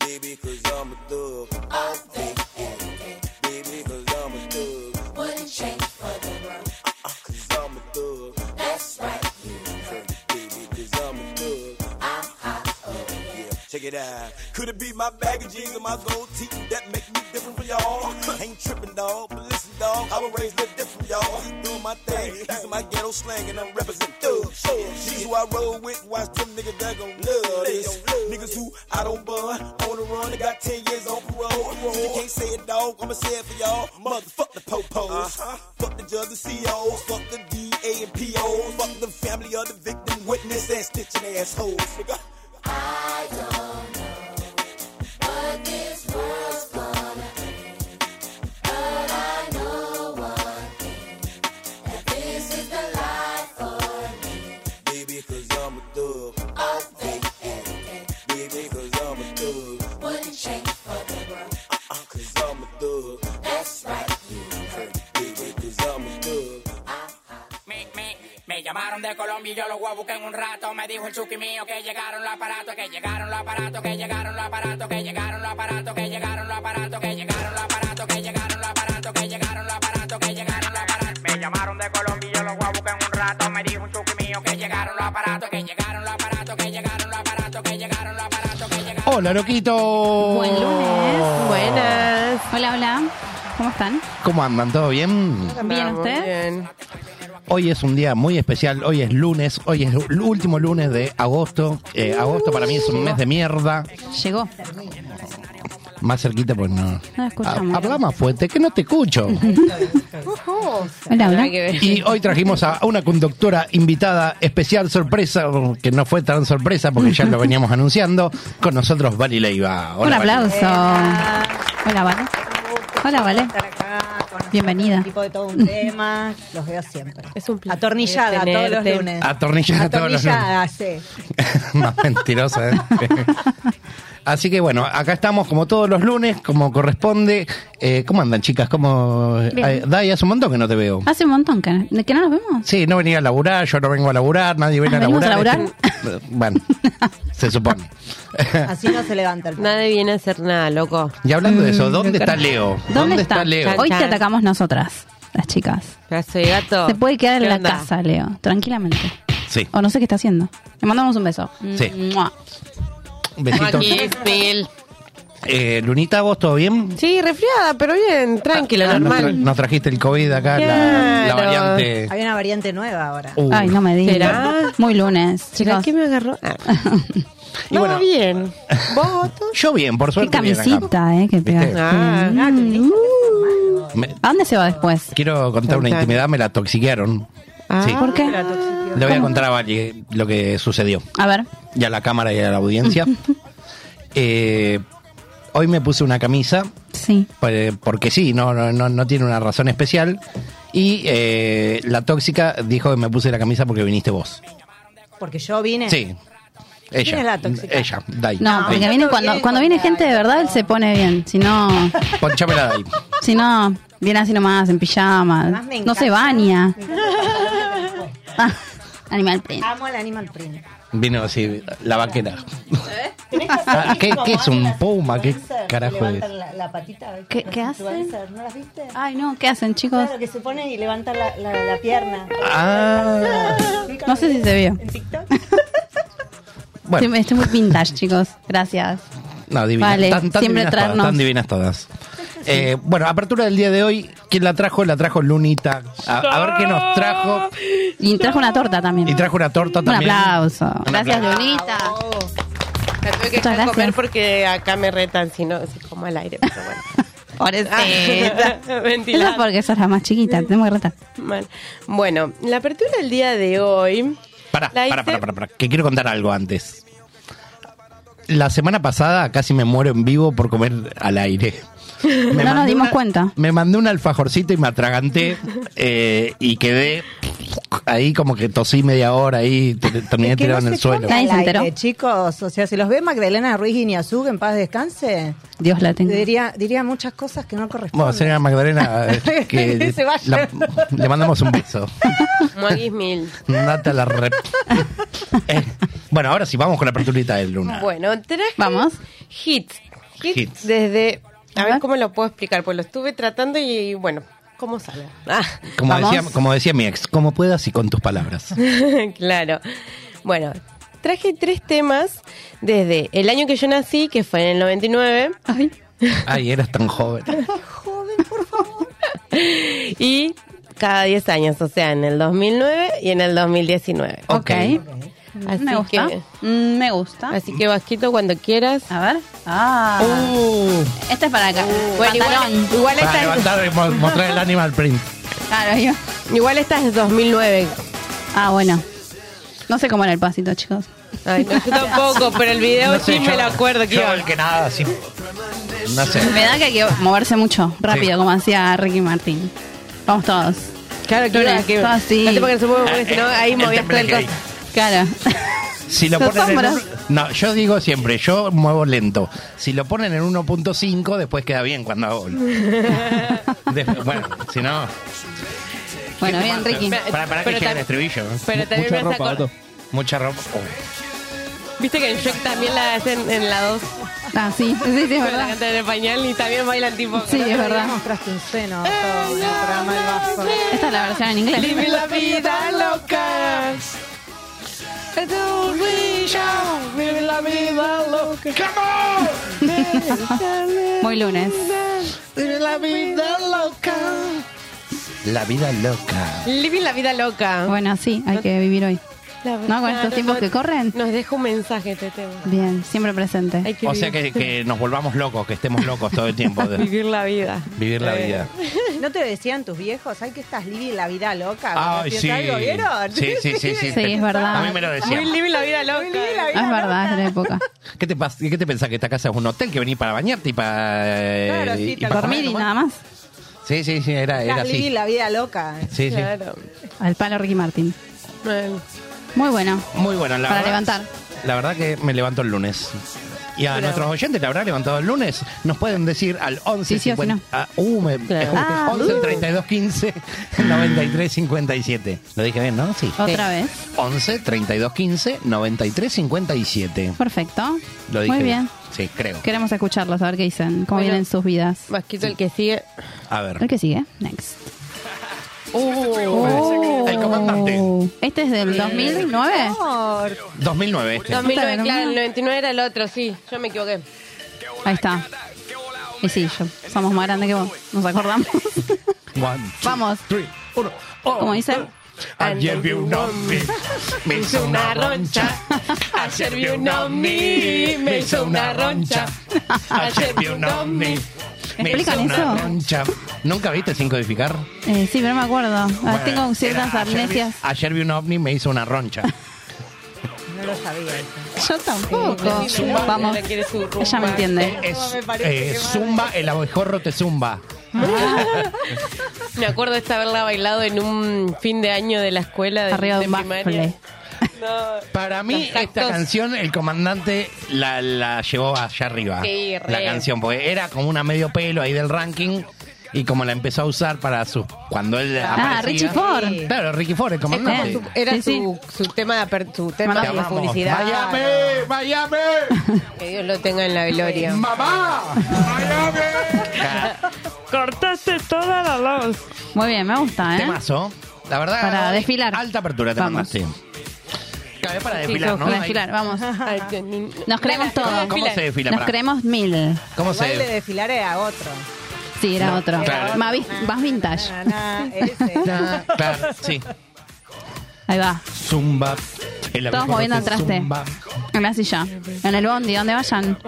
Baby, cause I'm a thug. I think. Baby, cause I'm a thug. Wouldn't change for the world. Uh, Cause I'm a thug. That's right, you know. Baby, cause I'm a thug. I'm hot over you. Yeah, check it out. Could it be my baggy jeans and my gold teeth that make me different from y'all? Ain't tripping, dog, but listen, dog, I was raised a little different, y'all. Doing my thing, using my ghetto slang, and I'm representing thug. shit. These who I roll with, watch them niggas that gon' love this. Niggas who I don't bun, on the run, they got 10 years on parole. If you can't say it, dog, I'ma say it for y'all. Motherfuck the popos, fuck the judge, the COs, fuck the DA and POs, fuck the family of the victim, witness, and stitching assholes, nigga. I don't know what this world's gonna bring, but I know one thing: that this is the life for me. Baby, cause I'm a thug. All day, every day, Baby, cause I'm a thug. wouldn't change for the world. Uh, cause I'm a thug. That's right, you know. Baby, cause I'm a thug. Me, me, me llamaron de Colombia y yo los voy a buscar en un rato. Me dijo el chuki mío que llegaron los aparatos, que llegaron los aparatos, que llegaron los aparatos, que llegaron los aparatos, que llegaron los aparatos, que llegaron los aparatos, que llegaron los aparatos, que llegaron los aparatos, que llegaron los aparatos. Me llamaron de Colombia y yo los voy a buscar en un rato. Me dijo el chuki mío que llegaron los aparatos, que llegaron los aparatos, que llegaron los aparatos, que llegaron los aparatos, que llegaron. Hola, loquito. Buen lunes. Buenas. Oh. Hola, hola. ¿Cómo están? ¿Cómo andan? ¿Todo bien? ¿Bien Vamos, usted? Bien. Hoy es un día muy especial. Hoy es lunes. Hoy es el último lunes de agosto. Eh, agosto para mí es un mes de mierda. Llegó. Más cerquita, pues no. No escuchamos. Ha- Habla más fuerte, que no te escucho. Hola, Nada hola. que ver. Y hoy trajimos a una conductora invitada especial sorpresa, que no fue tan sorpresa porque ya lo veníamos anunciando, con nosotros Vali Leiva. Un Hola, Vali. aplauso. Hola, Vale. Hola, Vale. estar acá con Bienvenida. un tipo de todo un tema. Los veo siempre. Es un placer Atornillada todos los tenerte. lunes. Atornillada todos los Atornillada, sí. Más mentirosa. ¿eh? Así que bueno, acá estamos como todos los lunes, como corresponde. Eh, ¿Cómo andan, chicas? ¿Cómo... Bien. Eh, Dai, hace un montón que no te veo. Hace un montón que, que no nos vemos. Sí, no venía a laburar, yo no vengo a laburar, nadie viene Ah, a laburar. ¿venimos a Este- Bueno, se supone. Así no se levanta el Nadie viene a hacer nada, loco. Y hablando de eso, Mm, ¿dónde yo está creo- Leo? ¿Dónde, está? Leo? Chan, Hoy te chan. atacamos nosotras, las chicas. Pedazo de gato. Se puede quedar ¿Qué en la onda? casa, Leo, tranquilamente. Sí, O no sé qué está haciendo. Le mandamos un beso. Sí. Uh. Mua. besito. Aquí es Bill. Eh, Lunita, ¿vos todo bien? Sí, resfriada, pero bien, tranquila, Ah, Nos, tra- normal. nos trajiste el COVID acá, la- la, Claro. variante. Hay una variante nueva ahora. Uh. Ay, no me digas. ¿Será? Muy lunes, ¿Será chicos. que me agarró? Ah. Y No, bueno- bien. ¿Vos, Otto? Yo bien, por Qué suerte. bien acá. camisita, eh, que ¿Viste? pegaste. Ah. Ah, que te- Me- ¿A dónde se va después? quiero contar una Contame. intimidad, me la toxiquearon. Sí. Ah, ¿Por qué? Le voy a contar a Vali lo que sucedió. A ver. y a la cámara y a la audiencia. Eh, hoy me puse una camisa, Sí. eh, porque sí, no, no, no, no tiene una razón especial. Y eh, la tóxica dijo que me puse la camisa porque viniste vos. Porque yo vine. Sí. Ella. ¿Quién es la tóxica? Ella, Dai. No, No, porque no viene lo cuando, viene cuando con viene la- gente de verdad, él se pone bien. Si no, Ponchame la Dai. si no, viene así nomás, en pijama. Además, me No se encanta. baña. Me encanta el pantalón de Ah, animal print. Amo el animal print. Vino así, la vaquera. Tenés que hacer Ah, así ¿qué- como qué es un hacen las puma? ¿Qué influencers que carajo levantan es? La, la patita. ¿ves? ¿Qué- Las qué hacen? influencers, ¿No las viste? Ay, no, ¿qué hacen, chicos? Claro, que se ponen y levantan la, la, la pierna. Ah. ¿Nunca No lo sé si viste? se vio. ¿En TikTok? Bueno, Estoy, estoy muy vintage, chicos. Gracias. No, divinas. Vale, tan, tan siempre divinas traernos. todas, tan divinas todas. Eh, bueno, apertura del día de hoy. ¿Quién la trajo? La trajo Lunita. A, a ver qué nos trajo. Y trajo una torta también. Y trajo una torta Un también. aplauso. Un Gracias, aplauso. Lunita. Oh. La tuve que Muchas dejar comer gracias. porque acá me retan, si no, se como al aire, pero bueno. Ah, Ah, Pobrecita. Eso es Ventilada. porque sos la más chiquita, te tengo que retar. Mal. Bueno, la apertura del día de hoy. Pará, la pará, hice- pará, pará, pará, que quiero contar algo antes. la semana pasada casi me muero en vivo por comer al aire. No nos mandé dimos una- cuenta. Me mandé un alfajorcito y me atraganté eh, y quedé ahí como que tosí media hora ahí, te- terminé Es que tirado no en se el suelo. come Nadie se al aire, enteró. chicos, o sea, si los ve Magdalena Ruiz Iñazú, que en paz descanse, Dios la tenga. diría, diría muchas cosas que no corresponden. Bueno, señora Magdalena, eh, que Se vaya. la- le mandamos un beso. Muaguis mil. Nata la rep. Eh, bueno, ahora sí, vamos con la aperturita del Luna. Bueno, traje Vamos. hits. Hits. Hits. Desde. A A ver ver. cómo lo puedo explicar, pues lo estuve tratando y bueno, ¿cómo sale? Ah. como, vamos. decía, como decía mi ex, como puedas y con tus palabras. claro. Bueno, traje tres temas desde el año que yo nací, que fue en el 99, Ay, Ay, eras tan joven. y cada 10 años, o sea, en el 2009 y en el 2019. ok. Así Oh, Me gusta. que Mm, me gusta. así que Vasquito cuando quieras. A ver. Ah. Uh, Este es para acá. Bueno, igual, Pantalón. igual para esta es, levantar y mo- mostrar el animal print. Claro, yo. igual esta es 2009. Ah, bueno. No sé cómo era el pasito, chicos. Ay, no, yo tampoco, pero el video No sé, sí me yo- lo acuerdo que yo iba. el que nada, sí. No sé. Me da que hay que moverse mucho, rápido, Sí. como hacía Ricky Martín. Vamos todos. Claro que Lunes, iba, que todo así. No te pongas el Ah, supongo, porque si no ahí El movías todo el tembleque coso. Claro. Si lo Los ponen en hombros. un- no, yo digo siempre, yo muevo lento. Si lo ponen en 1.5, después queda bien cuando hago. Después- bueno, si no. Bueno, bien, Ricky. Para, para que Pero llegue el tam- estribillo. Pero también me Mucha has ropa, acordado- Otto. Mucha ropa. Uy. Viste que en Shrek también la hacen en la 2 Ah, sí, sí, sí, es con la verdad. canta en español y también bailan tipo. Sí, es verdad. Mostraste un seno Eh, todo en el programa del Vasco. Esta es la versión en inglés. la vida loca. Vive la vida loca. Muy lunes. Vive la vida loca. La vida loca. Vive la vida loca. Bueno, sí, hay que vivir hoy. ¿No? Con estos tiempos que corren. Nos deja un mensaje este tema. Bien, siempre presente. Hay que O sea que, que nos volvamos locos, que estemos locos todo el tiempo. de vivir la vida. vivir la Eh, vida. ¿No te decían tus viejos? Ay, que estás Libby la vida loca. Ay, ¿Piensa sí. algo, ¿Vieron? Sí, sí, sí, sí. Sí, es verdad. A mí me lo Muy decían. libre la vida loca. la Ah, es verdad, es la época. ¿Qué te, pas- ¿Qué te pensás que esta casa es un hotel que venís para bañarte y para. eh, Claro, sí, y tal para cual. Dormir y nada más. Sí, sí, sí, era, era Estás Libby así. la vida loca. Sí, sí. Claro. Al palo Ricky Martín. Bueno. Muy bueno. Muy buena, la Para verdad. levantar. La verdad que me levanto el lunes. Y a nuestros oyentes, ¿la habrá levantado el lunes? Nos pueden decir al 11 Sí, sí o sí, 50 ah, uh, me- Claro. Ah, 11 uh. 32 15 93 57. Lo dije bien, ¿no? Sí. Otra vez. 11 32 15 93 57. Perfecto. Lo dije Muy bien. Sí, creo. Queremos escucharlos, a ver qué dicen, cómo Bueno. vienen sus vidas. Vasquito, el que sigue. A A ver. ver qué sigue. Next. Uh, El comandante. Este es del 2009. 2009 este. 2009, Está bien, claro, ¿no? el 99 era el otro, sí. Yo me equivoqué. Ahí está. Y sí, yo. Somos más grandes que vos. Nos acordamos. One, two, Vamos. three, uno. Oh, Como dice. oh. Ayer vi un ovni, me hizo una roncha. Ayer vi un ovni, me hizo una roncha. Ayer vi un ovni, me hizo ¿Explican una eso? roncha. ¿Nunca viste sin codificar? Eh, sí, pero no me acuerdo. Ah, Bueno, Tengo ciertas era, ayer vi- amnesias. Ayer vi un ovni, me hizo una roncha. No lo sabía. eso. Yo tampoco. Zumba. Vamos. Ella quiere su rumba. Ella me entiende. Es, me parece eh, que va a zumba, el abejorro te zumba. Me acuerdo de esta haberla bailado en un fin de año de la escuela de, Arriba de de un primaria. bafle. No, Para mí, Los esta tactos. canción, el comandante la, la llevó allá arriba. Sí, re. La canción, porque era como una medio pelo ahí del ranking. Y como la empezó a usar para sus. Cuando él Ah, Richie aparecía. Ford. Claro, Ricky Ford, el es como comandante. su- era Sí, sí. Su, su tema de aper- su tema Te de amamos. publicidad. ¡Miami! ¡Miami! Que Dios lo tenga en la gloria. ¡Mamá! ¡Miami! ¿Eh? Cortaste toda la luz. Muy bien, me gusta, ¿eh? Temazo. La verdad. Para hoy, desfilar. Alta apertura te Vamos. mandaste. Cabe para desfilar, ¿no? Para desfilar, vamos. Nos creemos todo. ¿Cómo se desfila? Nos Pará. creemos mil. ¿Cómo El baile de se.? desfilar era otro. Sí, era otro. claro. Más, vi- más vintage. Na, na, ese. Ah, Claro, sí. Ahí va. Zumba. El Todos abejorro moviendo te el traste. zumba. En la silla. En el bondi, donde vayan.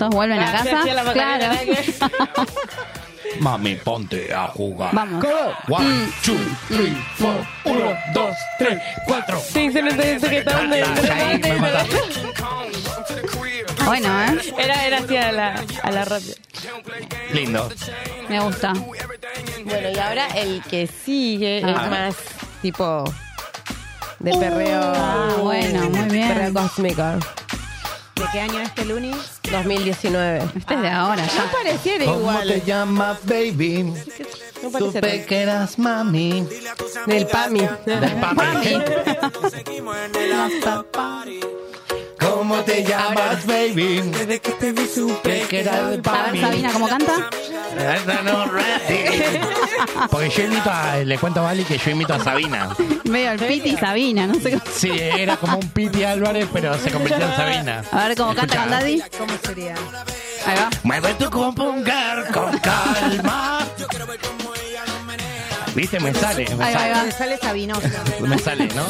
Todos vuelven a Ah, sí, casa. hacía la Macarena, Claro. Mami, ponte a jugar. Vamos. One, two, three, four. Uno, dos, tres, cuatro. Sí, se nos dice que estamos Ah, ahí me mataste. Bueno, ¿eh? Era, era así a la, a la rápida. Lindo. Me gusta. Bueno, y ahora el que sigue Ah. es más tipo de perreo. Ah, bueno, muy bien. Perreo cósmico. ¿De qué año es este Luni? 2019. Este es de ahora No ya. pareciera ¿Cómo igual. te llamas, baby? No Supe parece que eras mami. Del PAMI. Papi. ¿Cómo te llamas, baby? Desde que te vi supe que eras el A ver, papi. Sabina, ¿cómo canta? Esa no, Randy. Porque yo imito a, le cuento a Vali que yo imito a Sabina. Veo al Piti y Sabina, no sé cómo. Sí, era como un Piti Álvarez, pero se convirtió en Sabina. A ver cómo canta con Daddy. ¿Cómo sería? Ahí va. Mueve tu compungar con calma. Viste, me sale, me Ahí sale, va, ahí va. Me sale Sabinosa. me sale, ¿no?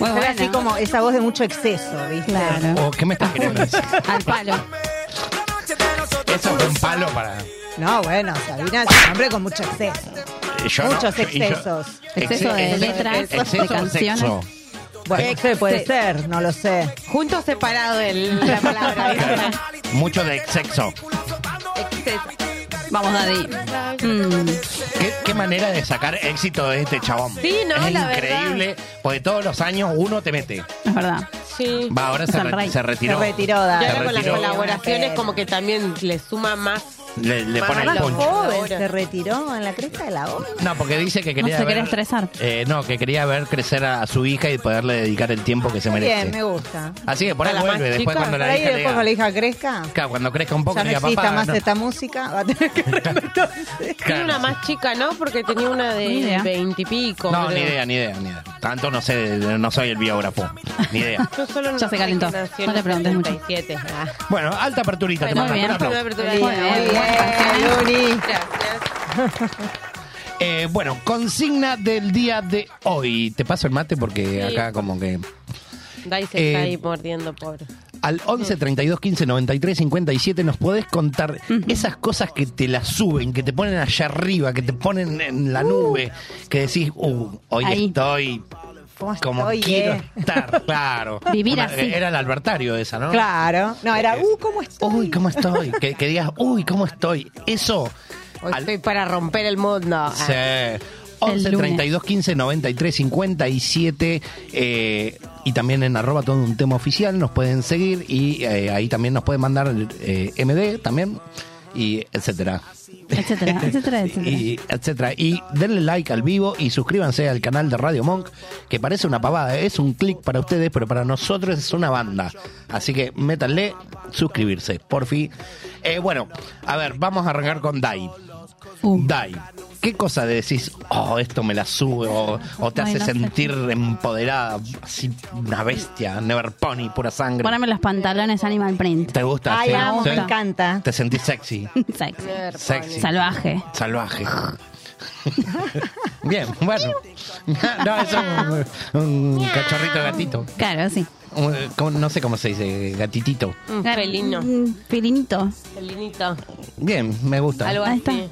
Muy Sale así bueno. como esa voz de mucho exceso, ¿viste? Claro. ¿O Oh, qué me estás queriendo decir? Al palo. Eso fue un palo para. eh, No, bueno, Sabina es un hombre con mucho exceso. Yo no, Muchos yo- y yo- excesos. Exceso de exceso- letras, de exceso o canciones. sexo. Bueno, Ex- sí, puede sí. ser, no lo sé. Junto o separado el, la palabra. Mucho de sexo. Vamos, Daddy. Mm, ¿Qué, qué manera de sacar éxito de este chabón. Sí, no, es la increíble, porque todos los años uno te mete. es verdad. Sí. Va, ahora se, Es el re- rey. se Se retiró. retiró Y Daddy. ahora con las retiró. colaboraciones como que también le suma más. Le, le pone el Para poncho. Joven, Ahora. se retiró en la cresta de la ola. No, porque dice que quería se ver- quería estresar. eh, no, que quería ver crecer a, a su hija y poderle dedicar el tiempo que se merece. Bien, me gusta. Así que por ahí Para la vuelve, después más chica, cuando Por la ahí hija le después diga, cuando la hija crezca, Claro, cuando crezca un poco ya le no diga, exista papá, más no". esta música, va a tener que reventarse. Claro. Tiene una más chica, ¿no? Porque tenía una Ni idea. de veintipico. No, ni creo. idea, ni idea, ni idea. Tanto no sé, no soy el biógrafo. Ni idea. Yo solo Ya se calentó. No le preguntes mucho. 37. Ah. Bueno, alta aperturita. te Muy mando. bien. Un aplauso. Muy bien, muy Luni. Eh, bueno, consigna del día de hoy. Te paso el mate porque Sí. acá como que... Dice Eh, está ahí mordiendo, pobre. Al 11 32 15 93 57 nos podés contar esas cosas que te las suben, que te ponen allá arriba, que te ponen en Uh. la nube, que decís, uh, hoy Ahí. estoy ¿Cómo como estoy, quiero eh? estar, claro. Vivir Una- así. Era el albertario esa, ¿no? Claro. No, era, uh, ¿cómo estoy? Uy, ¿cómo estoy? que, que digas, uy, ¿cómo estoy? Eso. Hoy al- estoy para romper el mundo. Ah. Sí. 11 lunes. 32 15 93 57 eh, y también en arroba todo un tema oficial nos pueden seguir y eh, ahí también nos pueden mandar eh, MD también y etcétera Etcétera, etcétera, etcétera. y etcétera y denle like al vivo y suscríbanse al canal de Radio Monk que parece una pavada ¿eh? es un clic para ustedes pero para nosotros es una banda así que métanle suscribirse por fin Eh, bueno a ver vamos a arrancar con Dai Uh. Dai, ¿qué cosa de decís, oh, esto me la sube o, o te Ay, hace no sé. sentir empoderada, así una bestia, never pony, pura sangre? Poneme los pantalones Animal Print. ¿Te gusta? Ay, sí? amo, ¿Sí? me encanta. ¿Te sentís sexy? Sexy. Sexy. Salvaje. Salvaje. Bien, bueno. No, es un, un cachorrito gatito. Claro, sí. Un- eh, ¿cómo- no sé cómo se dice, gatitito. Un felino. Mm, Felinito. Felinito. Bien, me gusta. Algo Ahí así.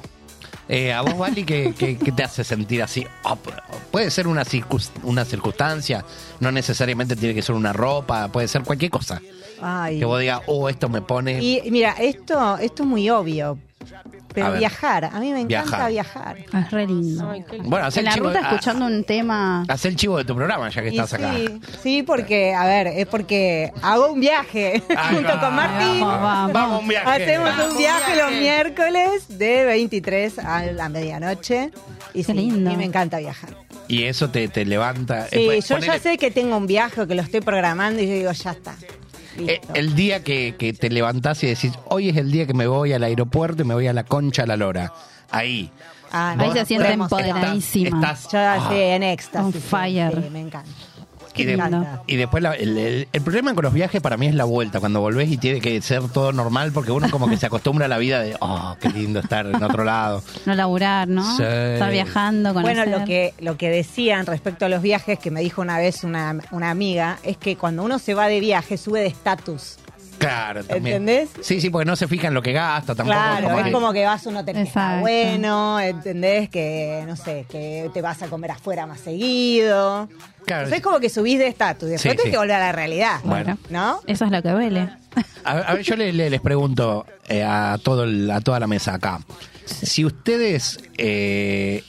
Eh, a vos, Vali, ¿qué, qué, qué te hace sentir así? Ah, p- puede ser una, circus- una circunstancia, no necesariamente tiene que ser una ropa, puede ser cualquier cosa. Ay. Que vos digas, oh, esto me pone... Y mira, esto, esto es muy obvio. A Pero ver. viajar, a mí me encanta viajar. Es re lindo. Ay, qué lindo. Bueno, haz En el, la chivo, ruta ha- escuchando un tema. haz el chivo de tu programa, ya que Y estás acá. sí, sí, porque, a ver, es porque hago un viaje Ahí junto va. con Martín. Vamos, vamos. Vamos a un viaje. Hacemos un viaje los viaje. miércoles de 23 a la medianoche. Y Qué sí, lindo. y me encanta viajar. Y eso te, te levanta. Sí, Eh, yo pues, ya ponele- sé que tengo un viaje o que lo estoy programando y yo digo, ya está. eh, Listo. el día que, que te levantás y decís, hoy es el día que me voy al aeropuerto y me voy a la concha a la lora. Ahí. Ah, Ahí Vos se siente estás- empoderadísima. estás- ah, Yo sí, en éxtasis. On sí, fire. sí, me encanta. Y, Me de- encanta. y después la- el, el- el problema con los viajes para mí es la vuelta, cuando volvés y tiene que ser todo normal porque uno como que se acostumbra a la vida de, oh, qué lindo estar en otro lado. No laburar, ¿no? Sí. Estar viajando, conocer. Bueno, lo que, lo que decían respecto a los viajes que me dijo una vez una, una amiga es que cuando uno se va de viaje sube de estatus. Claro, también. ¿Entendés? Sí, sí, porque no se fijan lo que gasta tampoco. Claro, como es que- como que vas a un hotel que está Exacto. bueno, ¿entendés? Que, no sé, que te vas a comer afuera más seguido. Claro. Claro. Es como que subís de estatus, después Sí, tenés sí. que volver a la realidad, Bueno. ¿no? Eso es lo que duele. A, a ver, yo le- le- les pregunto eh, a, todo el- a toda la mesa acá. Si ustedes eh,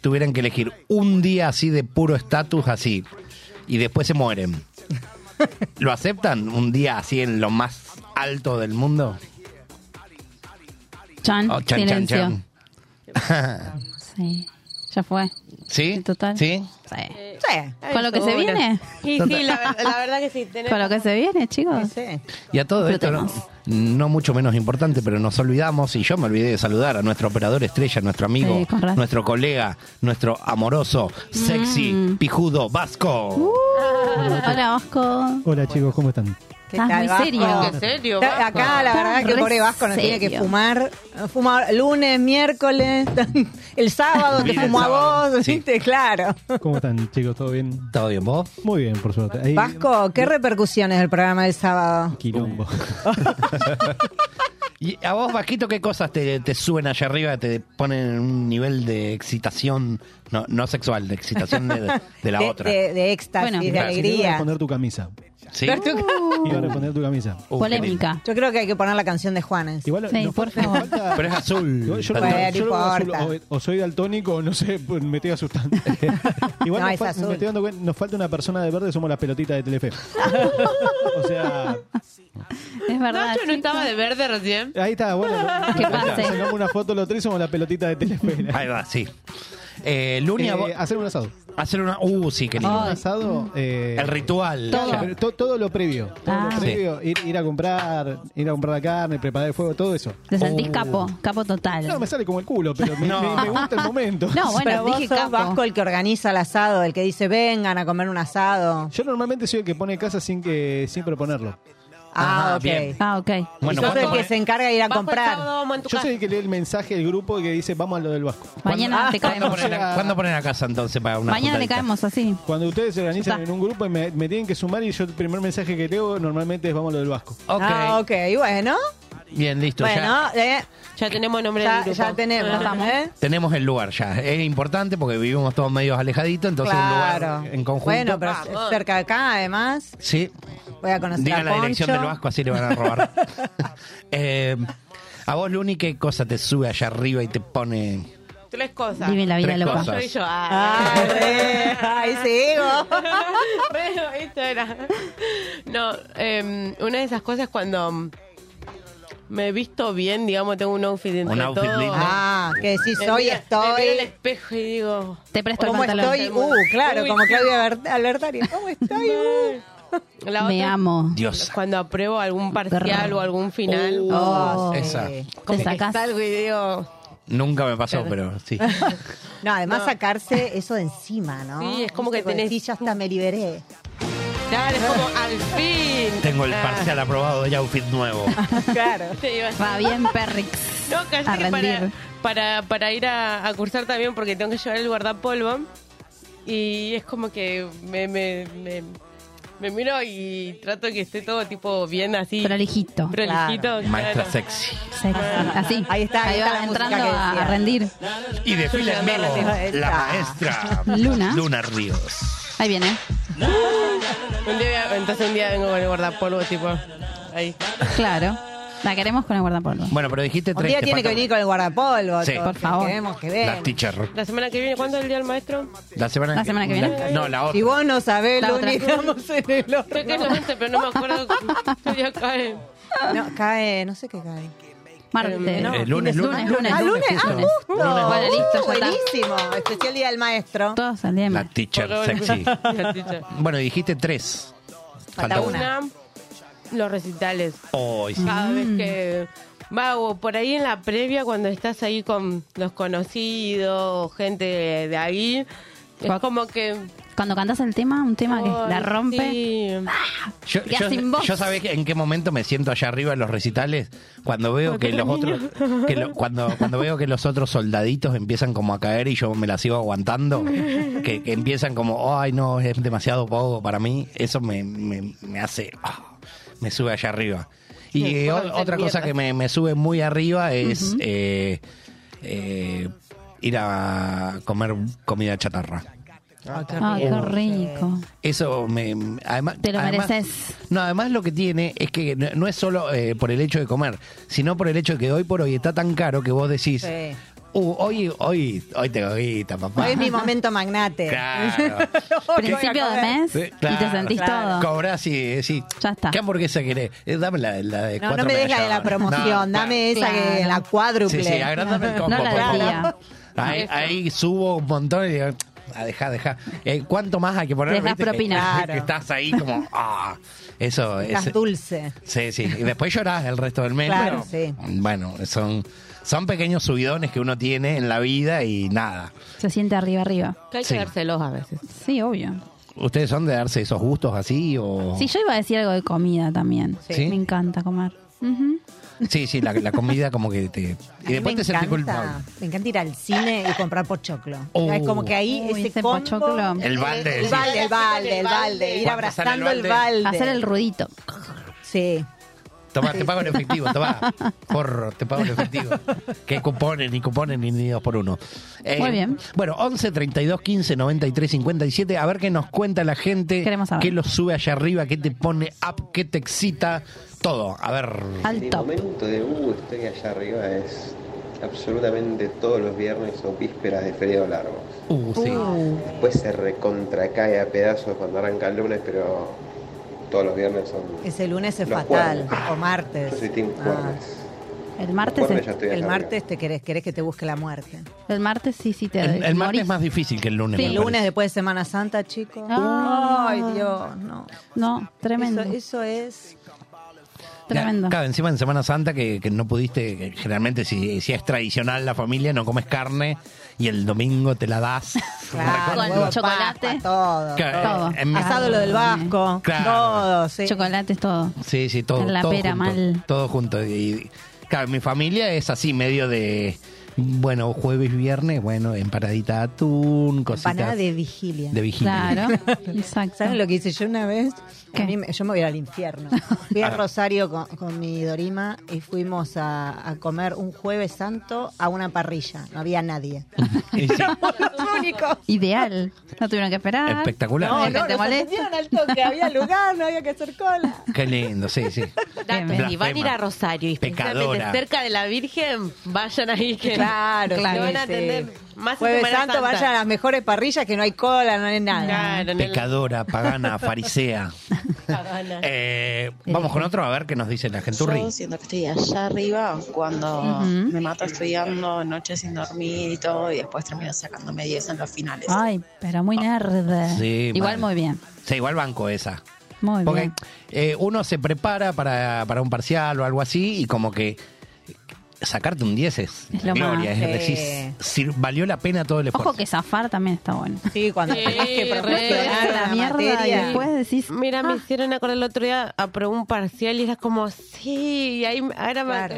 tuvieran que elegir un día así de puro estatus, así, y después se mueren, ¿lo aceptan? ¿Un día así en lo más alto del mundo? Chan, Oh, chan, chan, silencio. chan. Sí, ya fue. ¿Sí? Total. ¿Sí? Sí. Sí. ¿Con lo que se viene? Y sí, la, ver- la verdad que sí. tenés- Con lo que se viene, chicos. Sí. Y a todo esto, no, no mucho menos importante, pero nos olvidamos, y yo me olvidé de saludar a nuestro operador estrella, nuestro amigo, Sí, con razón. nuestro colega, nuestro amoroso, sexy, Mm. pijudo, vasco. Uh. Hola, Osco. Hola chicos, ¿cómo están? ¿Qué Estás muy Vasco? serio. ¿En serio? Está- Vasco? Acá la verdad que el Re pobre Vasco no tiene que serio. fumar. Fuma lunes, miércoles, el sábado te Viene el fumo a sábado, vos, sí. ¿viste? Claro. ¿Cómo están chicos? ¿Todo bien? ¿Todo bien vos? Muy bien, por suerte. Ahí, Vasco, ¿qué repercusiones del programa del sábado? Quilombo. Ah, ¿Y a vos, Vasquito, qué cosas te, te suben allá arriba, te ponen en un nivel de excitación, no, no sexual, de excitación de, de la de, otra? de- de éxtasis, Bueno. de Claro. Iba a alegría. responder tu camisa. ¿Sí? Pero tú- Iba a responder tu camisa. Uh, Polémica. Yo creo que hay que poner la canción de Juanes. Igual Sí, nos por fal- nos favor. falta- Pero es azul. Igual yo no- Bueno, yo no no veo importa. azul, o, o soy daltónico o no sé, pues, me estoy asustando. Igual No, nos, es fal- azul. me estoy dando cuenta, nos falta una persona de verde, somos las pelotitas de Telefe. o sea, Es verdad. Nacho no chicos. estaba de verde recién. ahí está, bueno. Que pase. Sacamos una foto los tres, somos las pelotitas de Telefe. Ahí va, sí. Eh, Luni, a vos- Eh, hacer un asado. hacer una... Uh, sí, qué Ah. lindo. Un asado. eh, El ritual. Claro, pero to- todo lo previo. Todo Ah. lo previo. Ir, ir a comprar, ir a comprar la carne, preparar el fuego, todo eso. Te sentís Uh. capo, capo total. No, me sale como el culo, pero me, No. me- me gusta el momento. No, Ah, bueno, Pero vos dije sos capo. Vasco el que organiza el asado, el que dice vengan a comer un asado. Yo normalmente soy el que pone casa sin que sin proponerlo. Ah, Ajá, ok. bien. Ah, ok. Sos Bueno, ¿cuánto el que pone- se encarga de ir a Vasco, el sábado comprar. vamos en tu Yo casa. soy el que lee el mensaje del grupo que dice vamos a lo del Vasco. Mañana te ¿Cuándo caemos. ponen, a, ¿Cuándo ponen a casa entonces para una Mañana te juntadita? caemos así. Cuando ustedes se organizan Ya está. en un grupo y me, me tienen que sumar y yo el primer mensaje que leo normalmente es vamos a lo del Vasco. Ok, Ah, ok, bueno. bien, listo. ya Bueno, eh, Ya tenemos nombre del ya, grupo. ya tenemos. Estamos. ¿eh? tenemos el lugar ya. Es importante porque vivimos todos medios alejaditos, entonces un Claro. lugar en conjunto. Bueno, pero es cerca de acá, además. Sí. Voy a conocer Diga a la dirección Poncho. del Vasco, así le van a robar. Eh, a vos, Luni, ¿qué cosa te sube allá arriba y te pone...? Tres cosas. Vive la vida Tres loca. cosas. Soy yo. Ah. Ay, re, ahí sigo. bueno, esto era. No, em, una de esas cosas cuando mm, me he visto bien, digamos, tengo un outfit entre Un outfit todo. lindo. Ah, que decís Me hoy miro- Me miro al estoy. espejo y digo. Te presto el ¿Cómo pantalón. estoy? Salmón. Uh, claro, Uy, como sí. Claudia Bert- Albertari. ¿Cómo estoy? Uh. La Me otra, amo. Dios. Cuando apruebo algún parcial o algún final, Uh, Oh, sí. Esa. como Te que sacás. salgo y digo. Nunca me pasó, pero sí. No, además sacarse eso de encima, ¿no? Sí, es como Viste, que tenés- decís, ya hasta me liberé. Claro, es como al fin. Tengo el Ah, parcial aprobado de outfit nuevo. Claro. te digo así. Va bien, Perrix. No, casi a que para, rendir. para, para ir a, a cursar también porque tengo que llevar el guardapolvo. Y es como que me, me, me, me miro y trato que esté todo tipo bien así. Prolijito. Prolijito. Maestra claro. sexy. Sexy. Así. Ah, Ahí está, ahí Ahí está va la música entrando que decía. a, a rendir. Y desfila en vivo la Esa. maestra Luna. Luna Ríos. Ahí viene. Un día voy a- entonces un día vengo con el guardapolvo tipo ahí. Claro. La queremos con el guardapolvo. Bueno, pero dijiste Un tres. día te tiene que falta- venir con el guardapolvo. Sí. todo, Por que favor. Queremos que La vean. teacher. La semana que viene, ¿cuándo es el día del maestro? La semana, La semana que viene. la- no, la otra. Si vos no sabés, La lo otra. uniremos en el Creo que es otro. el 11, pero no me acuerdo qué día cae. No, cae, no sé qué cae. Martes. Eh, lunes, lunes, lunes, lunes. lunes. Ah, lunes, justo. ah, justo. Lunes. Bueno, listo, Uh, ya está. buenísimo. Especial día del maestro. Todos al día. La teacher sexy. La teacher. Bueno, dijiste tres. Falta una. Una, los recitales. Hoy sí. Cada Mm. vez que. Va, o por ahí en la previa, cuando estás ahí con los conocidos, gente de ahí, es Fuck. como que. Cuando cantas el tema, un tema Ah, que la Ay, rompe. sí. Yo, Ya yo, sin voz. yo sabés que en qué momento me siento allá arriba en los recitales cuando veo que los otros que lo- cuando cuando veo que los otros soldaditos empiezan como a caer y yo me las sigo aguantando que, que empiezan como ay no es demasiado poco para mí eso me, me, me hace ah, me sube allá arriba Y Sí, eh, o- pónganse otra en cosa mierda. que me, me sube muy arriba es eh, eh, ir a comer comida chatarra. Ah, qué rico. Eso me. Además, Te lo además- mereces. No, además lo que tiene es que no, no es solo eh, por el hecho de comer, sino por el hecho de que hoy por hoy está tan caro que vos decís, Sí. "Uh, hoy, hoy, hoy tengo guita, papá. Hoy es mi momento magnate. Claro. Hoy voy a Principio de comer. mes Sí, y te claro. sentís Claro. todo. Cobrás y decís, Ya está. ¿qué hamburguesa querés? Eh, dame la, la de No, no cuatro me des la de la medallones. promoción, No, dame esa Claro. que la cuádruple. Sí, sí, agrandame el No, combo, no la por favor. tía. Ahí, Eso. ahí subo un montón y digo, ah, deja, deja. Eh, ¿Cuánto más hay que poner? Dejás Viste que- propina. que estás ahí como, ah, eso Estás es. dulce. Sí, sí. Y después llorás el resto del mes. Claro, pero, sí. Bueno, son, son pequeños subidones que uno tiene en la vida y nada. Se siente arriba, arriba. Que hay Sí. que dárselos a veces. Sí, obvio. ¿Ustedes son de darse esos gustos así o...? Sí, yo iba a decir algo de comida también. Oh. Sí. Me encanta comer. Ujú. Sí, sí, la, la comida como que te... A Y mí después me te sentís encanta, culpable. Me encanta ir al cine y comprar pochoclo. Oh. Es como que ahí Uy, ese ese combo, pochoclo. El balde. El sí. balde, el balde, el balde. Ir Cuando sale el abrazando el balde. balde. Hacer el ruidito. Sí. Tomá, te pago en efectivo, tomá. Porro, te pago en efectivo. Que cupones, ni cupones, ni, ni dos por uno. Eh, Muy bien. Bueno, 11, 32, 15, 93, 57. A ver qué nos cuenta la gente. Queremos saber. ¿Qué los sube allá arriba? ¿Qué te pone up? ¿Qué te excita? Todo. A ver. Al top. de uh, estoy allá arriba es absolutamente todos los viernes o vísperas de feriado largo. Uh, sí. Después se recontra cae a pedazos cuando arranca el lunes, pero todos los viernes son. Ese lunes es Los fatal. cuernos. O martes. Yo soy team Ah, jueves. El martes, Bueno, ya el, estoy allá el arriba. martes te querés, querés que te busque la muerte. el martes sí, sí te El, el martes morís. es más difícil que el lunes. Sí. me El parece. lunes después de Semana Santa, chicos. Ah. Ay, Dios, no. No, tremendo. Eso, eso es. Tremendo. Claro, encima en Semana Santa que, que no pudiste, que generalmente si, si es tradicional la familia, no comes carne y el domingo te la das. Claro, Con huevo, chocolate. papa, todo. Claro, Todo. Eh, eh, en- Asado lo del Vasco. Claro. Todo, sí. Chocolates, todo. Sí, sí, todo. En la todo pera, junto, mal. Todo junto. Y, claro, mi familia es así, medio de. Bueno, jueves, viernes, bueno, empanadita de atún, cositas. Empanada de vigilia. de vigilia. Claro. Exacto. ¿Saben lo que hice yo una vez? ¿Qué? A mí me- yo me voy al infierno. Fui a Rosario con, con mi Dorima y fuimos a, a comer un jueves santo a una parrilla. No había nadie. Y sí, Los únicos. Ideal. No tuvieron que esperar. Espectacular. No, No, no, no, te nos molesta. atendieron al toque. Había lugar, no había que hacer cola. qué lindo, sí, sí. Bien. Y van a ir a Rosario y Pecadora. especialmente cerca de la Virgen, vayan ahí que Claro, que lo sí, van a sí. atender más en Jueves Semana santo Santa. vayan a las mejores parrillas que no hay cola, no hay nada. Claro, en el- Pecadora, pagana, farisea. Pagana. Eh, vamos con otro a ver qué nos dice la genturri. siento que estoy allá arriba cuando Ujú. me mato estudiando, noches sin dormir y todo, y después termino sacándome 10 en los finales. Ay, pero muy nerd. Ah, Sí, Igual mal. muy bien. Sí, igual banco esa. Muy Porque bien. eh, uno se prepara para, para un parcial o algo así y como que sacarte un 10 es, Es lo gloria, más. es decir, Sí. sir- valió la pena todo el esfuerzo. Ojo que zafar también está bueno. Sí, cuando Sí, tenés que re. promocionar la la mierda y materia. después decís. Mira, me ah, hicieron acordar el otro día, aprobé un parcial y era como, sí, y ahí ahora me- Claro.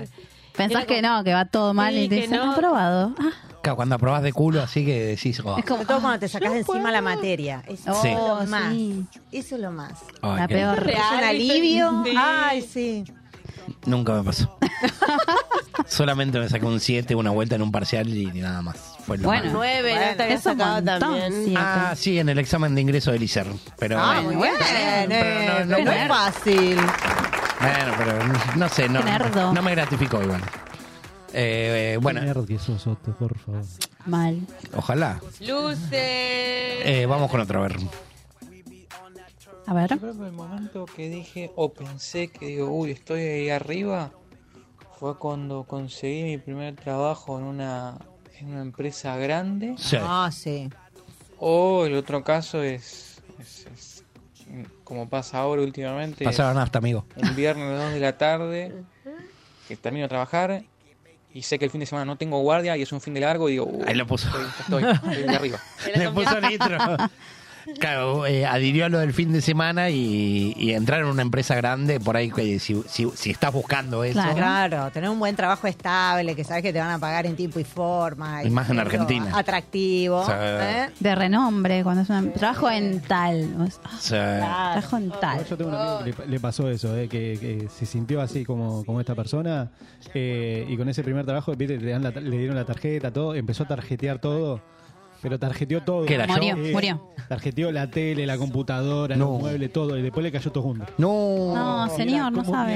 pensás era que como- no, que va todo mal Sí, y te que dicen, no. aprobado. Ah, Claro, cuando aprobás de culo así que decís, oh, es como. "Ah, Sobre todo cuando te sacas de encima la materia. Eso Sí. es Oh, lo más. sí. Eso es lo más. ay, la qué peor. lindo. Es un Real, ¿viste? alivio. Sí. Ay, sí. Nunca me pasó. Solamente me saqué un 7, una vuelta en un parcial y nada más. Fue lo Bueno. malo. Nueve, Bueno, no te había es un sacado montón, también. sí. Ah, sí, en el examen de ingreso del ICER. Pero, Ah, muy bien. Pero no- eh, no- No es fácil. Bueno, pero no sé, no, Qué nerdo. no me gratificó igual. Eh, eh, bueno, Qué nerd que sos, Otto, por favor. Mal. ojalá. Luces. Eh, vamos con otro, a ver. A ver. Yo creo que el momento que dije o pensé que digo, uy, estoy ahí arriba, fue cuando conseguí mi primer trabajo en una, en una empresa grande. Sí. Ah, sí. O el otro caso es, es- es, mm, como pasa ahora últimamente, es Pasaron hasta, amigo. un viernes a las 2 de la tarde, que termino de trabajar y sé que el fin de semana no tengo guardia y es un fin de largo y digo, "Uh, uy, Ahí lo puso. estoy, estoy, estoy ahí arriba. Le puso nitro. Claro, eh, adhirió a lo del fin de semana y, y entrar en una empresa grande, por ahí, que si, si, si estás buscando eso. Claro. tener un buen trabajo estable, que sabes que te van a pagar en tiempo y forma. Y más en algo Argentina. Atractivo. O sea, ¿eh? De renombre, cuando es una. em-, Trabajo en tal. vos- ah, Sí. Trabajo en tal. Yo tengo un amigo que le, le pasó eso, eh, que, que se sintió así como, como esta persona eh, y con ese primer trabajo viste, le, dan la- le dieron la tarjeta, todo, empezó a tarjetear todo, pero tarjeteó todo. eh, ¿Qué era, yo? Murió, murió. Tarjeteó la tele, la computadora, los muebles, todo, y después le cayó todo junto. No. No, señor, no sabe.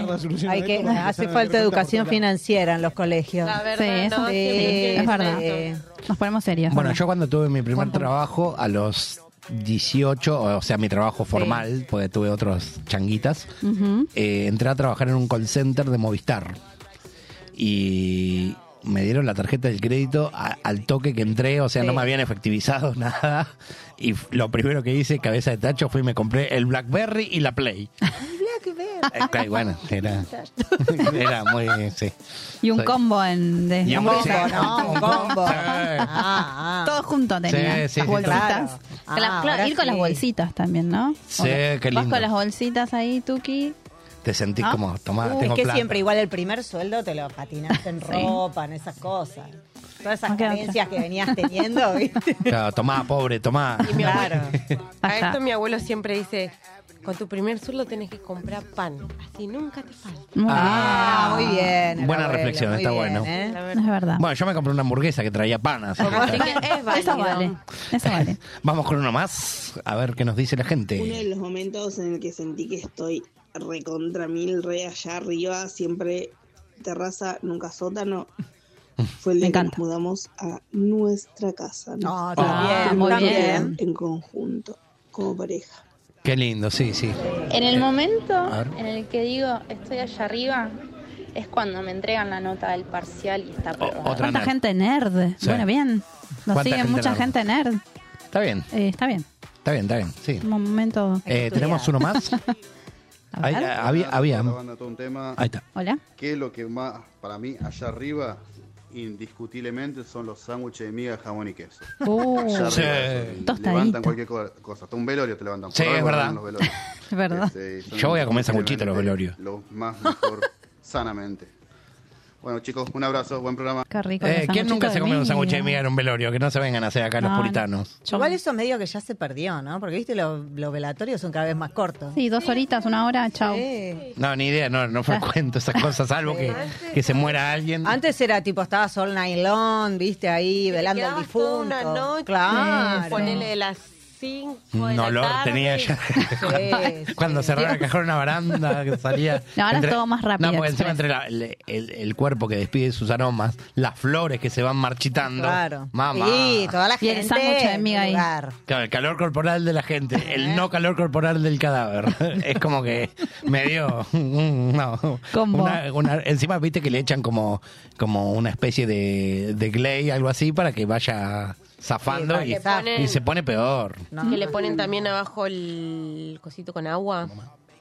Hay que, Empezaron a hace falta tener cuenta educación por todos financiera en los colegios. La Sí, verdad, eso no, sí, que- es verdad. eh, Nos ponemos serios. Bueno, ahora. yo cuando tuve mi primer trabajo, a los 18, o sea, mi trabajo formal, porque tuve otros changuitas, Ujú. eh, entré a trabajar en un call center de Movistar. Y me dieron la tarjeta del crédito a- al toque que entré, o sea, no Sí. me habían efectivizado nada. Y f- lo primero que hice, cabeza de tacho, fui y me compré el Blackberry y la Play. Eh, ok, bueno, era, era muy... Sí. Y un Soy- combo en. De Y un combo, hamburguesa. ¿no? Un combo. Ah, ah. Todo junto tenía. Sí, sí, las sí, bolsitas. claro. Que la- Ah, claro, ahora ir con las sí. bolsitas también, ¿no? Sí, O que- qué Vas lindo. con las bolsitas ahí, Tuki. Te sentís Ah. como, tomá, Uy, tengo que plata. siempre igual el primer sueldo te lo patinaste en ropa, en esas cosas. Todas esas No queda carencias que venías teniendo, ¿viste? Claro, tomá, pobre, tomá. Claro. A esto Ajá. mi abuelo siempre dice, con tu primer sueldo tenés que comprar pan, así nunca te falta. Muy Ah, muy bien. el Buena abuelo, reflexión, muy está bien, bueno. ¿eh? La bien. Es verdad. verdad. Bueno, yo me compré una hamburguesa que traía panas. Así que es válido. Eso vale. Eso vale. Vamos con uno más, a ver qué nos dice la Uno de gente. los momentos en el que sentí que estoy recontra mil, re allá arriba, siempre terraza, nunca sótano, fue el Me día que encanta. nos mudamos a nuestra casa. Nos No, Ah, está bien. muy está bien. En conjunto, como pareja. Qué lindo, sí, sí. Eh, En el momento A ver. en el que digo estoy allá arriba, es cuando me entregan la nota del parcial y está aprobado. otra ¿Cuánta nerd. gente nerd? Sí. Bueno, bien. Nos ¿Cuánta sigue gente mucha nerd? gente nerd. Está bien, Eh, está bien. está bien, está bien, sí. Un momento. Eh, ¿Tenemos uno más? A Ahí, ver. ah, había, había. Banda, todo un tema. Ahí está. Hola. ¿Qué es lo que más, para mí, allá arriba, indiscutiblemente, son los sándwiches de miga, jamón y queso? Allá Uh, arriba, Sí. eso, Tostadita. Levantan cualquier co- cosa. Hasta un velorio te levantan. Sí, Por algo es verdad. levantan los velorios. es verdad. Este, son Yo voy a comer sanguchito los indiscutiblemente velorios. Lo más mejor, sanamente. Bueno, chicos, un abrazo, buen programa. Qué rico. Eh, los ¿Quién nunca se sanguchitos come un sándwich de miga? miga en un velorio? Que no se vengan a hacer acá No, los no. puritanos. Yo- Igual eso medio que ya se perdió, ¿no? Porque viste, los, los velatorios son cada vez más cortos. Sí, dos horitas, una hora, chao. Sí. No, ni idea, no, no frecuento esas cosas, salvo que, que se muera alguien. Antes era tipo, estabas all night long, viste, ahí velando al Quedabas toda difunto. una noche, Claro. ponele de las 5 de Un la olor tarde. tenía ya. Sí, sí. Cuando cerraba el cajón una baranda que salía. No, ahora es todo más rápido, No, porque encima express. entre la- el, el- el cuerpo que despide sus aromas, las flores que se van marchitando. Claro. Mamá. Sí, toda la Y el gente. sándwich de miga en ahí. lugar. Claro, el calor corporal de la gente, el no calor corporal del cadáver. Es como que me dio. un- No, Combo. una- una- encima viste que le echan como, como una especie de, de glay, algo así, para que vaya zafando para y, que zafe. y se pone peor. No. Que le ponen también abajo el cosito con agua.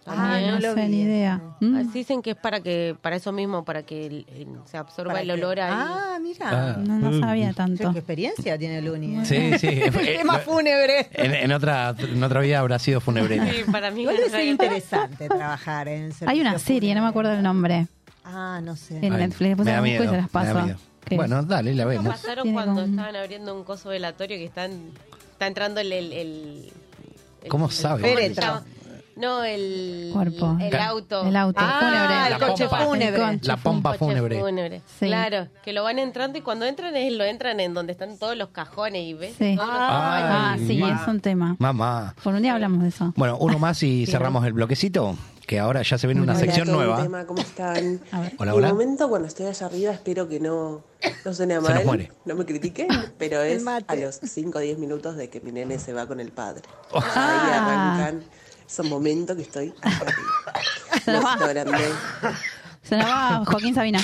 Ah, También. no lo sé vi ni eso. idea. Mm. Así dicen que es para que para eso mismo, para que el- el- se absorba Para el que- olor ahí. Ah, mira. Ah. No, no sabía tanto. ¿Qué experiencia tiene Luni? eh? Sí, sí. Eh, Tema lo- fúnebre. En, en otra, en otra vida habrá sido funebrera. Sí, para mí Igual que debe ser trae- interesante trabajar en servicio Hay una serie, no me acuerdo el nombre, público. Ah, no sé. en Ay, Netflix. Después me da se las busco y miedo, se las me da paso. miedo. Que- Bueno, dale, la Lo vemos. pasaron Tiene cuando como un- estaban abriendo un coso velatorio que están está entrando el el, el- el- ¿Cómo el- sabe? ¿cómo se Féretro. llama? No, el Cuerpo. el Ca- auto. El auto, Ah, fúnebre. el coche pompa. fúnebre. El conche La pompa Coche fúnebre. fúnebre. Sí. Claro, que lo van entrando y cuando entran es lo entran en donde están todos los cajones y ves. Sí. todos los Ah, Ay, sí, ma- es un tema. Mamá. Por un día hablamos de eso. Bueno, uno más y cerramos el bloquecito, que ahora ya se viene una Hola, sección todo un nueva. tema, ¿Cómo están? A ver. Hola, Mi hola. momento cuando estoy allá arriba, espero que no, no suene a Se mal, nos muere. no me critiquen, pero El es mate. a los 5 o 10 minutos de que mi nene se va con el padre. Ahí Ah. arrancan esos momentos que estoy allá arriba. Se nos Besito va. grande. Se nos va Joaquín Sabina.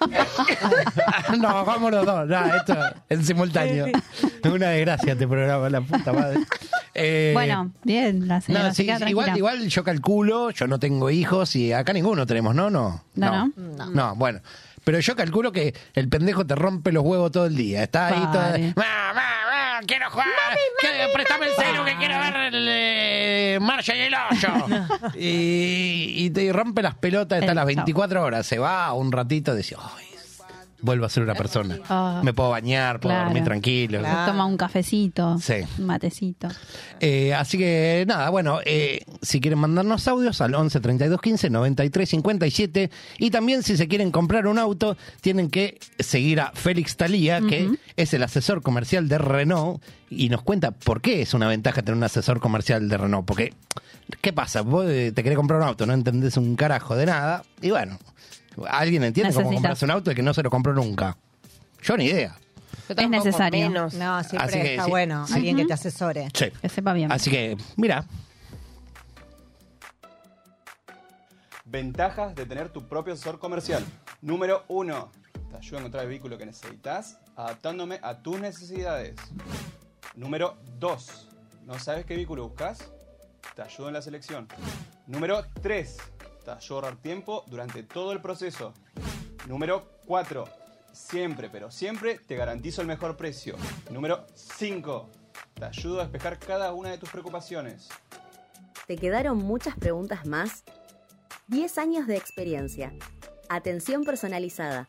no, vamos los dos. No, esto en simultáneo. Es una desgracia este programa, la puta madre. Eh, Bueno, bien, la señora. no, sí, se queda sí, igual, tranquila. igual yo calculo, yo no tengo hijos y acá ninguno tenemos, ¿no? No, No, no. No, bueno. Pero yo calculo que el pendejo te rompe los huevos todo el día. Está ahí Vale. todo. ¡Mamá, mamá! jugar, quiero jugar. Que- préstame el celu que quiero ver el, eh, Marcha y el hoyo. y, y te rompe las pelotas, está a las 24 horas, se va un ratito, decís, "Ay, vuelvo a ser una persona. Ah. Me puedo bañar, puedo Claro. dormir tranquilo. Se Toma un cafecito, Sí. un matecito. Eh, así que nada, bueno, eh, si quieren mandarnos audios al 11 32 15 93 57 y también si se quieren comprar un auto tienen que seguir a Félix Talía, que es el asesor comercial de Renault y nos cuenta por qué es una ventaja tener un asesor comercial de Renault, porque ¿qué pasa? Vos eh, te querés comprar un auto, no entendés un carajo de nada y bueno, alguien entiende Necesitas. cómo comprarse un auto y que no se lo compró nunca. Yo ni idea. Es necesario. No, siempre Así que está sí, bueno sí. alguien que Ujú. te asesore. Sí. Que sepa bien. Así que, mira, Ventajas de tener tu propio asesor comercial. Número 1. Te ayuda a encontrar el vehículo que necesitas, adaptándome a tus necesidades. Número 2. ¿No sabes qué vehículo buscas? Te ayuda en la selección. Número 3. Te ayuda a ahorrar tiempo durante todo el proceso. Número 4. Siempre, pero siempre te garantizo el mejor precio. Número 5. Te ayudo a despejar cada una de tus preocupaciones. ¿Te quedaron muchas preguntas más? 10 años de experiencia. Atención personalizada.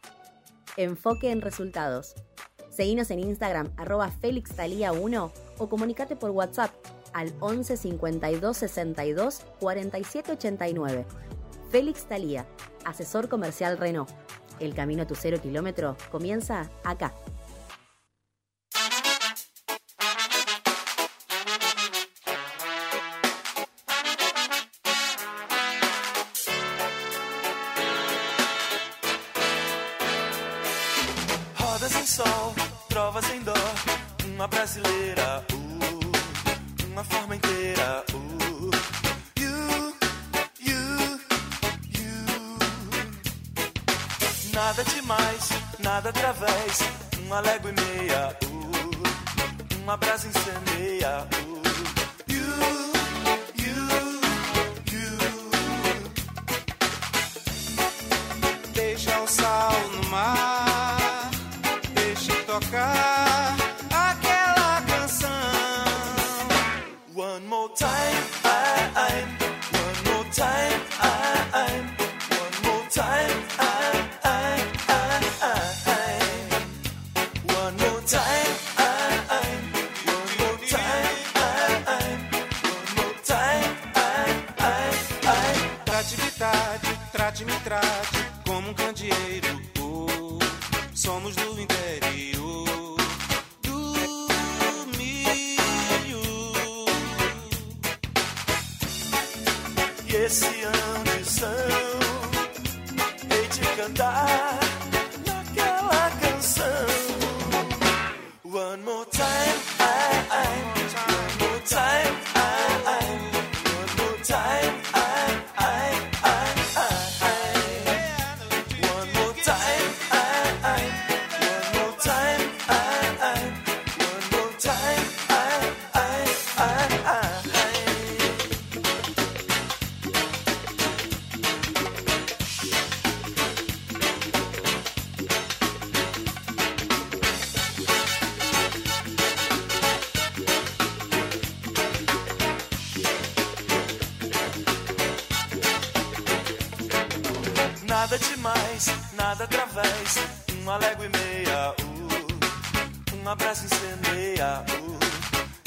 Enfoque en resultados. Seguinos en Instagram arroba FélixTalía1 o comunicate por WhatsApp al 11 52 62 47 89. Félix Talía, asesor comercial Renault. El camino a tu cero kilómetro comienza acá. Rodas em sol, trovas em dó, uma brasileira, uh, uma forma inteira, uh. You, you, you. Nada demais, nada através, uma légua e meia, uh, uma brasa incendeia, uh. You, you, you. Deixa o sal no mar. Deixe tocar aquela canção. One more time, I, I'm. One more time, I, I'm. One more time, I, I, I, I, I'm. One more time, I, I'm. One more time, I, I'm. One more time, I, I, I. Trate-me, trate, me trate como um candeeiro. Somos do interior do milho. E esse ambição hei de cantar naquela canção. One more time, I, I, one more time, I, I, one more time, I, I, I, I, I. One more time, I, I, one more time, I, I, one more time, I, I, I, I. Nada demais, nada através. Uma légua e meia, um. uh, uma brasa incendeia. Uh.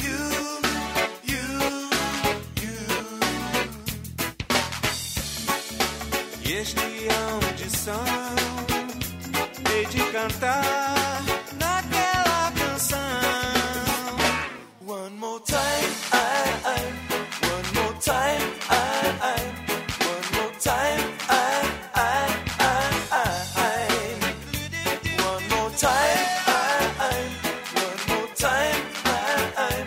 You, you, you. E este é ano de são, hei de cantar naquela canção. One more time, I, I. One more time, I, I. One more time, I, I, I, I. One more time, I, I. One more time, I, I.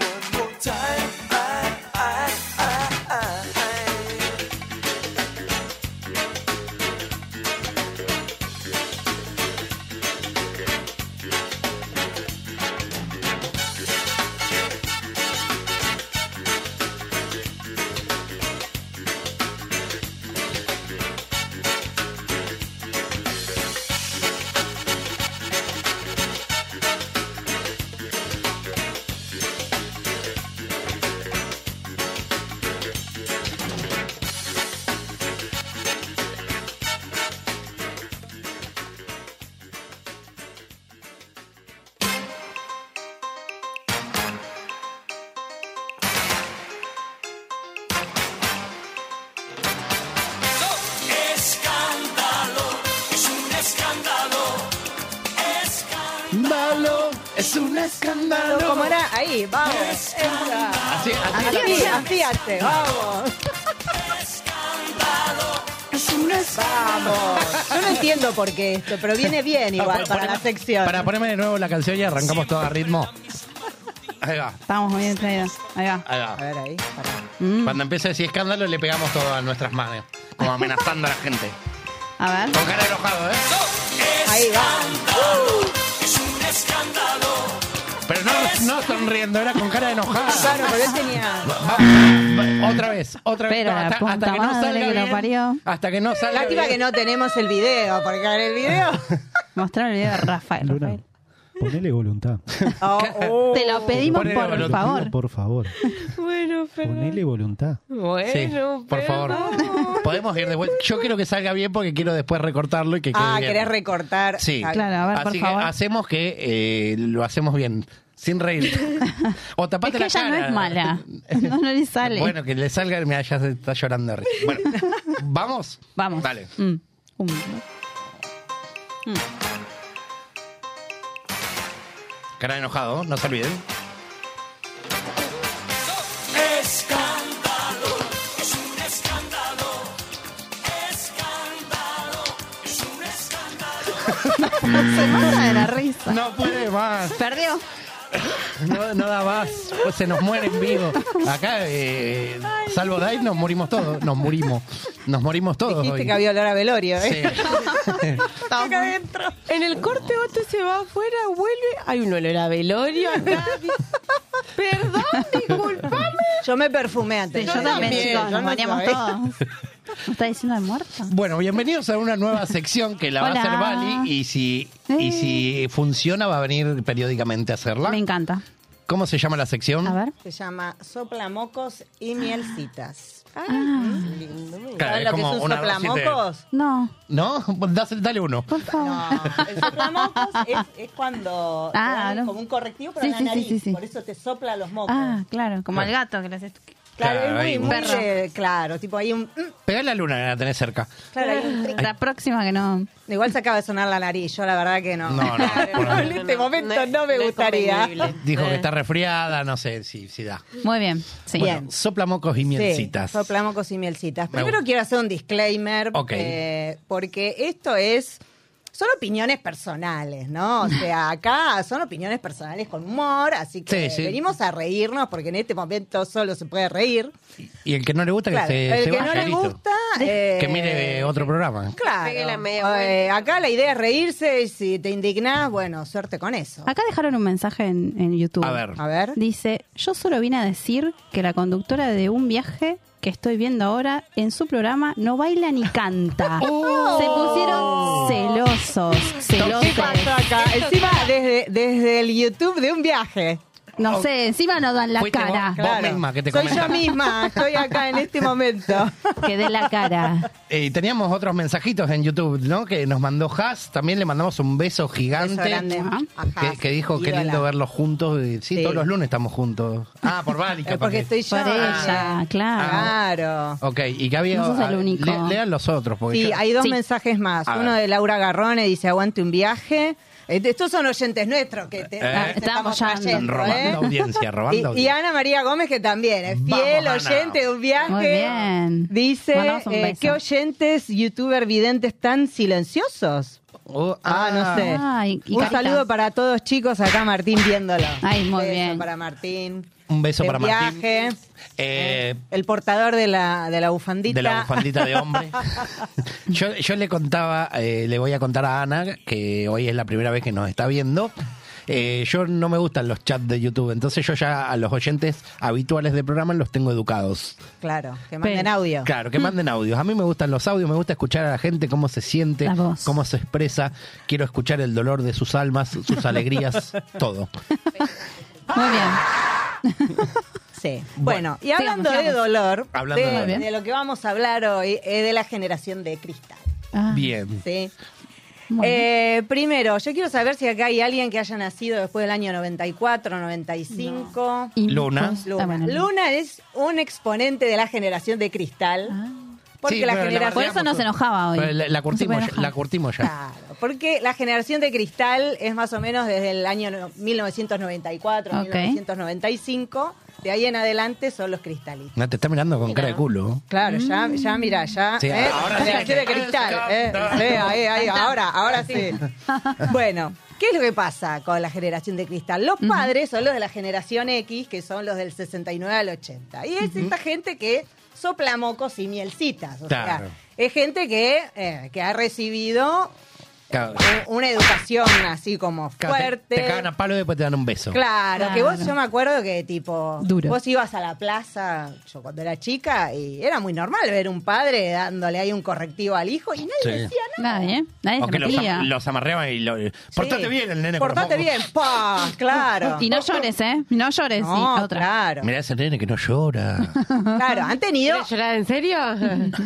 One more time, I, I, I, I. Es un escándalo. Como era ahí, vamos. Esa. Así, así, Así, la- así hace, vamos. Vamos. Yo no entiendo por qué esto, pero viene bien igual Ah, para poneme- la sección. Para ponerme de nuevo la canción y arrancamos todo a ritmo. Ahí va, Estamos muy bien traídos. Ahí va. ahí va. ver ahí. Mm. Cuando empiece a decir escándalo, le pegamos todo a nuestras manos. Como amenazando a la gente. A ver. Con cara de enojado, ¿eh? Ahí va. Es un escándalo. Pero no, no sonriendo, era con cara de enojado. Claro, pero él tenía. Otra vez, otra vez. Pero la hasta, hasta puta que no madre salga que lo bien, parió. Hasta que no salga Lástima bien. que no tenemos el video, porque en el video. Mostrar el video de Rafael. Luna, ponele voluntad. Oh. Te lo pedimos Ponele por voluntad. favor. Por favor, Bueno, pero. ponele voluntad. Bueno, Sí, por favor. Podemos ir de vuelta. Yo quiero que salga bien porque quiero después recortarlo y que quede Ah, bien. querés recortar. Sí. Ah, Así que hacemos que eh, lo hacemos bien, sin reír. o Es tapate que la ella no cara. es mala. No, no le sale. Bueno, que le salga, mira, ya se está llorando. de risa. Bueno, ¿vamos? Vamos. Dale. Mm. Un minuto. Cara de enojado, no se olviden. Escándalo. Es un escándalo. Escándalo. Es un escándalo. Se mata de la risa. No puede más. Perdió. No, no da más. Pues se nos muere en vivo. Acá, eh, salvo Dai, nos morimos todos. Nos morimos. Nos morimos todos. Viste hoy. que había olor a velorio, ¿eh? Sí. Acá adentro. En el corte otro se va afuera, vuelve. Hay un olor a velorio acá. Perdón, disculpame. Yo me perfumé antes. Sí, yo también, chicos, nos bañamos todos. ¿Me está diciendo de muerto? Bueno, bienvenidos a una nueva sección que la va Hola. a hacer Vali y si, y si funciona va a venir periódicamente a hacerla. Me encanta. ¿Cómo se llama la sección? Se llama Soplamocos y Mielcitas. Ah. Ay, qué lindo. Claro, ¿Saben es lo que es como un una dosis de- soplamocos? No. ¿No? Dás- Dale uno. Por favor. El soplamocos es, es cuando te Ah, dan no. como un correctivo para Sí, la sí, sí, nariz. sí, sí. Por eso te sopla los mocos. Ah, claro, como al Claro. gato que le haces. claro, Claro, es hay muy, un- muy de- claro, tipo hay un... mm, Pegá la luna, la tenés cerca. claro, hay un La próxima que no. Igual se acaba de sonar la nariz, yo la verdad que no. No, no, por ahí. en este momento no, me gustaría. Dijo Eh. que está resfriada, no sé si, si da. Muy bien, sí. Bueno, sopla mocos y mielcitas. Sí, soplamocos y mielcitas. Me Primero gusta. quiero hacer un disclaimer, Ok. eh, porque esto es. Son opiniones personales, ¿no? O sea, acá son opiniones personales con humor, así que Sí, sí. venimos a reírnos porque en este momento solo se puede reír. Y el que no le gusta Claro, que se, el se que vaya, no le listo. gusta. eh, Que mire eh, otro programa. Claro. Eh, acá la idea es reírse y si te indignás, bueno, suerte con eso. Ah. Acá dejaron un mensaje en, en YouTube. A ver. A ver. Dice, yo solo vine a decir que la conductora de un viaje que estoy viendo ahora en su programa no baila ni canta. Se pusieron celosos, celosos. ¿Qué pasa acá? Encima, desde, desde el YouTube de un viaje. No sé, encima no dan la Fuiste vos- cara. vos Claro. misma que te Soy comenta. yo misma, estoy acá en este momento. Que dé la cara. Eh, teníamos otros mensajitos en YouTube, ¿no? Que nos mandó Has, también le mandamos un beso gigante. Beso grande a Que- Has, que, dijo qué ídola. lindo verlos juntos. Eh, Sí, Sí. todos los lunes estamos juntos. Ah, por Vali, Eh, capaz Porque que. estoy yo. Por ella, Ah, Claro. Ok, y que había. No sos el ah, único. le- lean los otros. Porque Sí, yo- hay dos mensajes más. A Uno ver. de Laura Garrone dice, aguante un viaje. Eh, Estos son oyentes nuestros que te, Eh, que te estamos trayendo, robando ¿eh? audiencia, robando y, y audiencia. Ana María Gómez, que también es fiel Vamos, Ana. oyente de un viaje. Muy bien. Dice, Mandamos un eh, beso. ¿qué oyentes youtuber videntes tan silenciosos? Oh, ah, no sé. Ay, y un caritas. saludo para todos chicos, acá Martín viéndolo. Ay, muy Beso bien. Para Martín. Un beso De para Martín. viaje, Eh, el portador de la, de la bufandita. de la bufandita de hombre. Yo, yo le contaba, eh, le voy a contar a Ana, que hoy es la primera vez que nos está viendo. eh, yo no me gustan los chats de YouTube, entonces yo ya a los oyentes habituales del programa los tengo educados. Claro, que manden audio. Mm. Claro, que manden audios. A mí me gustan los audios, me gusta escuchar a la gente cómo se siente, cómo se expresa. Quiero escuchar el dolor de sus almas, sus alegrías, todo. Muy bien. Sí. Bueno, y Sigamos, hablando de sigamos. dolor, Hablando de de, dolor. de lo que vamos a hablar hoy es de la generación de cristal. Ah, Bien. ¿sí? Eh, primero, yo quiero saber si acá hay alguien que haya nacido después del año 94, 95. Luna. Ah. Ah. Luna. Luna es un exponente de la generación de cristal. Porque la generación. Por eso no se enojaba hoy. Pero La, la curtimos, Se ya- la curtimos ya. Porque la generación de cristal es más o menos desde el año no- 1994, Ok. 1995. De ahí en adelante son los cristalitos. No, te está mirando con cara de culo. Claro, ya, ya mira, ya. Sí, ¿eh? ahora sí. generación de cristal. ¿eh? Sí, ahí, ahí, ahora, ahora sí. Bueno, ¿qué es lo que pasa con la generación de cristal? Los padres son los de la generación X, que son los del 69 al 80. Y es esta gente que sopla mocos y mielcitas. O Claro. sea, es gente que, eh, que ha recibido Claro. u- una educación así como Claro, fuerte. Te, te cagan a palo y después te dan un beso. Claro, que Claro. vos yo me acuerdo que tipo, Duro. vos ibas a la plaza, yo cuando era chica, y era muy normal ver un padre dándole ahí un correctivo al hijo y nadie Sí. decía nada. Nadie, ¿eh? nadie O que los, am- los amarreaban y lo. Portate bien el nene. por Portate favor. bien, pa, claro. Y no llores, ¿eh? No llores. No, sí, la otra. claro. Mirá ese nene que no llora. Claro, han tenido. llorar en serio?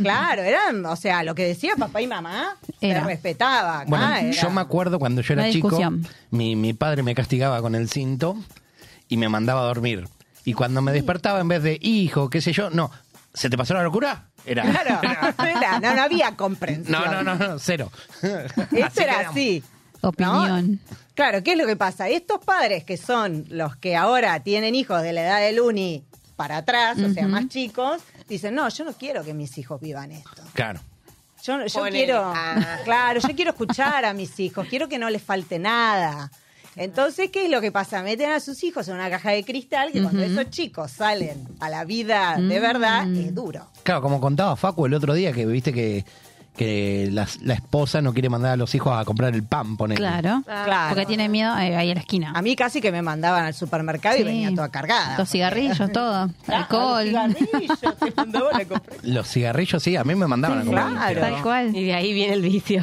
Claro, eran, o sea, lo que decía papá y mamá se respetaba. acá Bueno, era- yo me acuerdo cuando yo No era hay chico, discusión. mi, mi padre me castigaba con el cinto y me mandaba a dormir. Y cuando me despertaba, en vez de hijo, qué sé yo, no, ¿se te pasó la locura? Era. Claro, era, no, no había comprensión. No, no, no, no, cero. Eso era así. Opinión. Claro, ¿qué es lo que pasa? Estos padres que son los que ahora tienen hijos de la edad del uni para atrás, o sea, Ujú. más chicos, dicen, no, yo no quiero que mis hijos vivan esto. Claro. Yo, no- yo Ponele. quiero, Ah. claro, yo quiero escuchar a mis hijos, quiero que no les falte nada. Entonces, ¿qué es lo que pasa? Meten a sus hijos en una caja de cristal que cuando Ujú. esos chicos salen a la vida de verdad, es duro. Claro, como contaba Facu el otro día, que viste que, que la, la esposa no quiere mandar a los hijos a comprar el pan, ponele. Claro. Porque tiene miedo eh, ahí a la esquina. A mí casi que me mandaban al supermercado y venía toda cargada. Los cigarrillos, todo. Alcohol. Los cigarrillos, sí, a mí me mandaban a comprar. Claro. cigarrillos. cual. Y de ahí viene el vicio.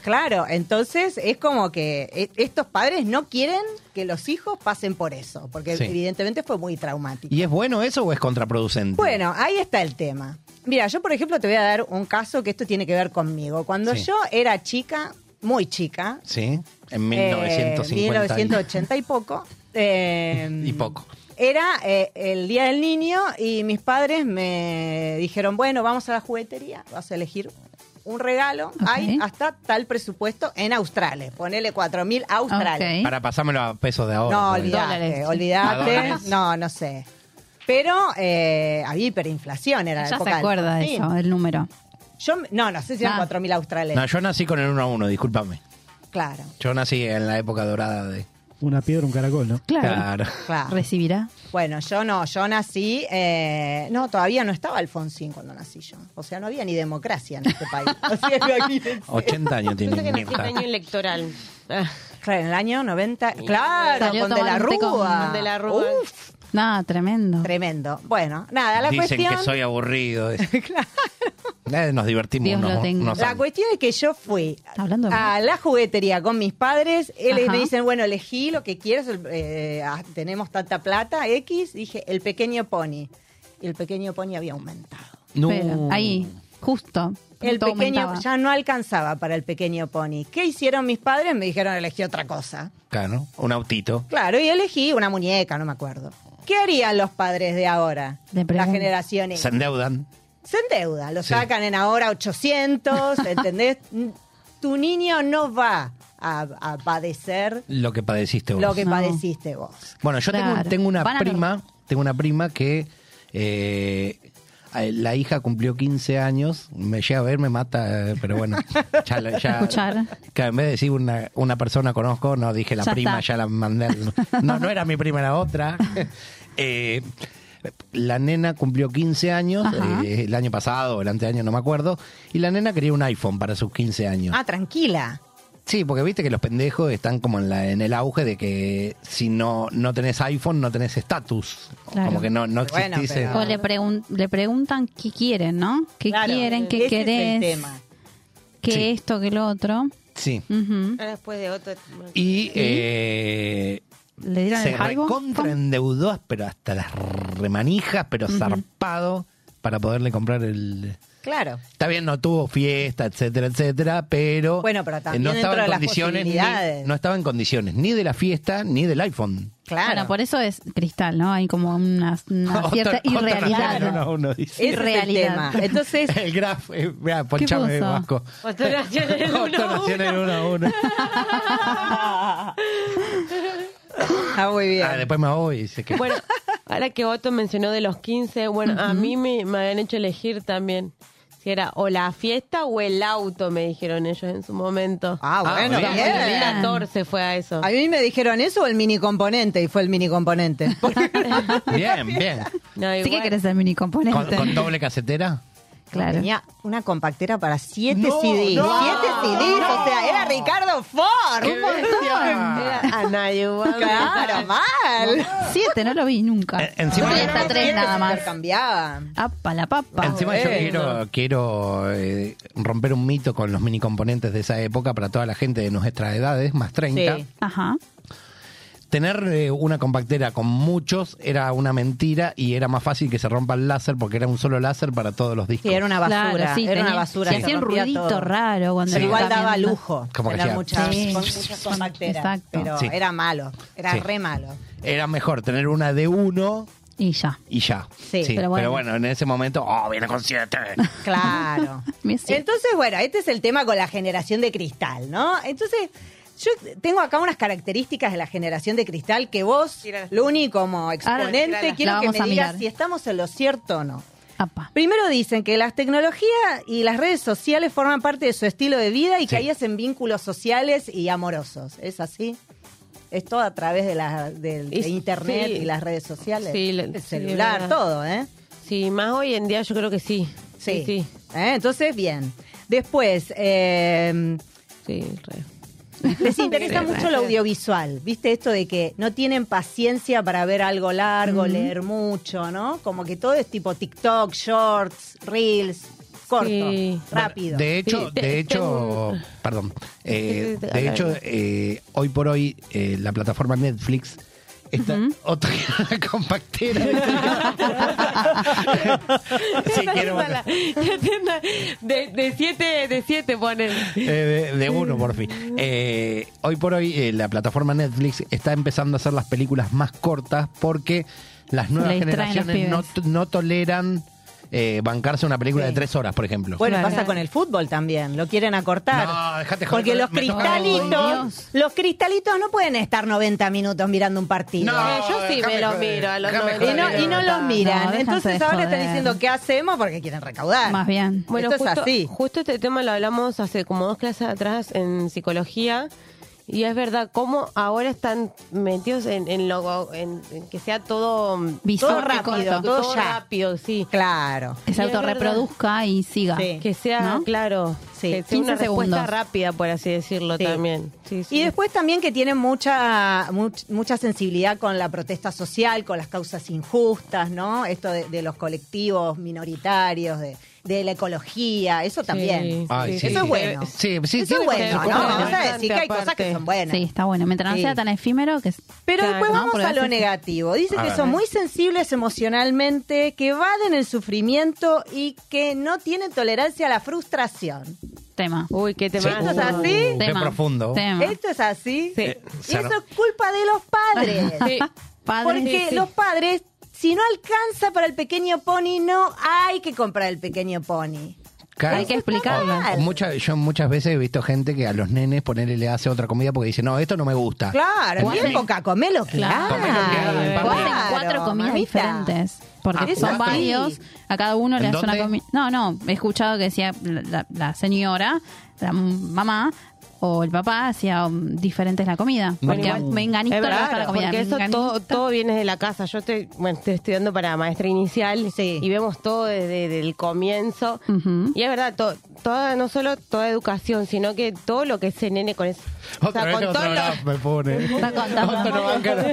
Claro, entonces es como que e- estos padres no quieren que los hijos pasen por eso, porque Sí. evidentemente fue muy traumático. ¿Y es bueno eso o es contraproducente? Bueno, ahí está el tema. Mira, yo por ejemplo te voy a dar un caso que esto tiene que ver conmigo. Cuando Sí. yo era chica, muy chica, Sí, en eh, 1950. y- 1980 y poco, eh, y poco. era eh, el Día del Niño y mis padres me dijeron, bueno, vamos a la juguetería, vas a elegir un regalo, hay hasta tal presupuesto en australes, ponele 4.000 australes. Para pasármelo a pesos de ahora. No, ponele. olvídate, A olvídate, Ah, dólares. no, no sé. Pero eh, había hiperinflación, era la Ya se época del acuerda de Fortín. eso, Ah. el número. Yo, no, no sé si eran 4.000 australes. No, yo nací con el 1 a 1, discúlpame. Claro. Yo nací en la época dorada de... Una piedra, un caracol, ¿no? Claro. ¿Recibirá? Bueno, yo no, yo nací, eh, no, todavía no estaba Alfonsín cuando nací yo. O sea, no había ni democracia en este país. O sea, imagínense. 80 años Yo sé que tiene nací en Mirta. año electoral. Ah. Claro, en el año 90, claro, Salió con De la tomando un té con Rúa. De la Rúa. Uf, Nada, tremendo. Tremendo. Bueno, nada, la Dicen cuestión... que soy aburrido. Eh, Nos divertimos Dios unos, lo tenga. unos La años. cuestión es que yo fui a la juguetería con mis padres. Él Ajá. me dicen, bueno, elegí lo que quieras. el- eh, ah, tenemos tanta plata, X. Dije, el pequeño pony. Y el pequeño pony había aumentado. No. Pero, ahí, justo. El Todo pequeño aumentaba. ya no alcanzaba para el pequeño pony. ¿Qué hicieron mis padres? Me dijeron, elegí otra cosa. Claro, un autito. Claro, y elegí una muñeca, no me acuerdo. ¿Qué harían los padres de ahora? Las generaciones. Se endeudan. Se endeuda, lo Sí. sacan en ahora 800, ¿entendés? N- tu niño no va a, a padecer Lo que padeciste vos. lo que padeciste vos. Bueno, yo tengo- Claro. tengo, una Van a- prima, tengo una prima que eh, la hija cumplió 15 años, me llega a ver, me mata, eh, pero bueno, ya, la- ya- Escuchar. que en vez de decir una, una persona conozco, no dije la Ya prima, está. ya la mandé. al- No, no era mi prima, era otra. Eh, la nena cumplió 15 años, Ajá. eh, el año pasado, o el anteaño, no me acuerdo, y la nena quería un iPhone para sus 15 años. Ah, tranquila. Sí, porque viste que los pendejos están como en, la, en el auge de que si no, no tenés iPhone, no tenés estatus. Claro. Como que no, no Pero bueno, existís. eh, O le, pregun- le preguntan qué quieren, ¿no? ¿Qué Claro, quieren? ese ¿Qué es el querés? tema. ¿Qué esto? ¿Qué lo otro? Sí. Ujú. Ah, Después de otro. Y eh, ¿Le dieron se el algo? recontraendeudó, pero hasta las remanijas, pero zarpado. para poderle comprar el... Claro. Está bien, no tuvo fiesta, etcétera, etcétera, pero, Bueno, pero eh, también no dentro estaba de en las condiciones ni- posibilidades. no estaba en condiciones ni de la fiesta ni del iPhone. Claro. Bueno, por eso es cristal, ¿no? Hay como una, una cierta Otra- otra irrealidad. razón, uno, uno dice. Es realidad. Entonces. el graf, eh, mirá, ponchame, puso? Vasco. Votación en el uno a Votación en uno a uno. Ah, muy bien. Ah, después me voy y dice que. Bueno, ahora que Otto mencionó de los 15, bueno, a mí me, me habían hecho elegir también si era o la fiesta o el auto, me dijeron ellos en su momento. Ah, bueno, bien. bien. El 14 fue a eso. A mí me dijeron eso o el mini componente y fue el mini componente. Bien, bien. Sí que querés ser mini ¿Con, componente. con doble casetera? Claro. Tenía una compactera para 7 CDs. No, 7 no, CDs, o sea, era Ricardo Ford. ¡Qué Un montón. bestia! Era Anayuana. Claro, mal. Siete, no lo vi nunca. Eh, encima- tres a tres nada más. Cambiaba. Apa, la papa. Encima yo quiero, quiero eh, romper un mito con los mini componentes de esa época para toda la gente de nuestras edades, más 30. Ajá. Tener eh, una compactera con muchos era una mentira y era más fácil que se rompa el láser porque era un solo láser para todos los discos. Sí, era una basura. Claro, sí, era una tenía- basura. sí, se hacía un rompía ruidito todo. raro cuando Pero lo igual estaba daba viendo. lujo. Como que Tener hacía- muchas, Sí. con muchas compacteras. Exacto. Pero Sí. era malo. Era Sí. re malo. Era mejor tener una de uno Y ya. y ya. Sí, pero bueno. pero bueno, en ese momento, oh, viene con siete. Claro. Entonces, bueno, este es el tema con la generación de cristal, ¿no? Entonces, yo tengo acá unas características de la generación de cristal que vos, Luni, Ah, como exponente, tíralas. La quiero que vamos me a digas mirar. si estamos en lo cierto o no. Primero dicen que las tecnologías y las redes sociales forman parte de su estilo de vida y que ahí hacen vínculos sociales y amorosos. ¿Es así? Es todo a través de, la, del- de sí. internet y las redes sociales. Sí, le- el sí, celular, es verdad. todo, ¿eh? Sí, más hoy en día yo creo que sí. Sí, Sí. sí. ¿Eh? Entonces, bien. Después, eh, Sí, les interesa Sí, mucho re. lo audiovisual. ¿Viste esto de que no tienen paciencia para ver algo largo, Ujú. leer mucho, ¿no? Como que todo es tipo TikTok, shorts, reels, corto, Sí. rápido. De hecho, de hecho, perdón. Sí, sí, eh, sí, de habla hecho, bien. eh, hoy por hoy eh, la plataforma Netflix está otra compactera. Sí, quiero Atiéndala, atiéndala. de, de siete, de siete ponen. Eh, de, de uno, por fin. Eh, hoy por hoy, eh, la plataforma Netflix está empezando a hacer las películas más cortas porque las nuevas le distraen los generaciones no, pibes. no toleran eh, bancarse una película de tres horas, por ejemplo. Bueno, pasa con el fútbol también, lo quieren acortar. No, dejate joder, Porque me los toca- Ay, Dios. cristalitos, los cristalitos no pueden estar 90 minutos mirando un partido. No, Eh, yo sí me déjame los joder, miro a los déjame 90 Y no, y no minutos. los No, miran. déjense Entonces de ahora están joder. diciendo qué hacemos porque quieren recaudar. Más bien. Bueno, Esto es justo, así. justo este tema lo hablamos hace como dos clases atrás en psicología. Y es verdad, cómo ahora están metidos en, en, lo- en- en que sea todo Visual todo y rápido, corto. todo, Todo ya. rápido, sí. Claro. Que se Y es autorreproduzca y siga. verdad. Que sea, ¿no? claro, que sea 15 una respuesta segundos. rápida, por así decirlo Sí. también. Sí, sí. Y después también que tienen mucha, much- mucha sensibilidad con la protesta social, con las causas injustas, ¿no? Esto de, de los colectivos minoritarios, de, de la ecología, eso también. Ay, sí. Eso es bueno. Sí, sí, eso tiene es bueno, cosas ¿no? Vamos buenas. a decir que hay cosas que son buenas. Sí, está bueno. Mientras Sí. no sea tan efímero que... Pero después vamos a lo negativo. negativo. Dice A que ver. son muy sensibles emocionalmente, que evaden el sufrimiento y que no tienen tolerancia a la frustración. Tema. Uy, qué tema. ¿Esto es así? Uh, qué profundo. Esto es así. Eh, Y eso Sara. es culpa de los padres. Sí. Eh, Padres, Porque sí. los padres, si no alcanza para el pequeño pony, no hay que comprar el pequeño pony. Claro. Hay que explicarlo. O- o mucha- yo muchas veces he visto gente que a los nenes ponerle le hace otra comida porque dice, no, esto no me gusta. Claro, Comí- bien coca, comelo, claro. Claro. O hacen cuatro comidas mamita. diferentes. Porque Ah, son sí. varios. A cada uno ¿En le hace una dónde? comida. No, no. He escuchado que decía la, la- la señora, la m- mamá o el papá hacía um, diferentes la comida. Porque igual- menganito Es le gusta la verdad, comida. Porque eso menganito. todo, todo viene de la casa. Yo estoy, bueno, estoy estudiando para maestra inicial y vemos todo desde el comienzo. Ujú. Y es verdad, to- toda, no solo toda educación, sino que todo lo que ese nene con ese. o sea, Otra vez con todo otro lo- lado me pone. Está contando. Otro no banca.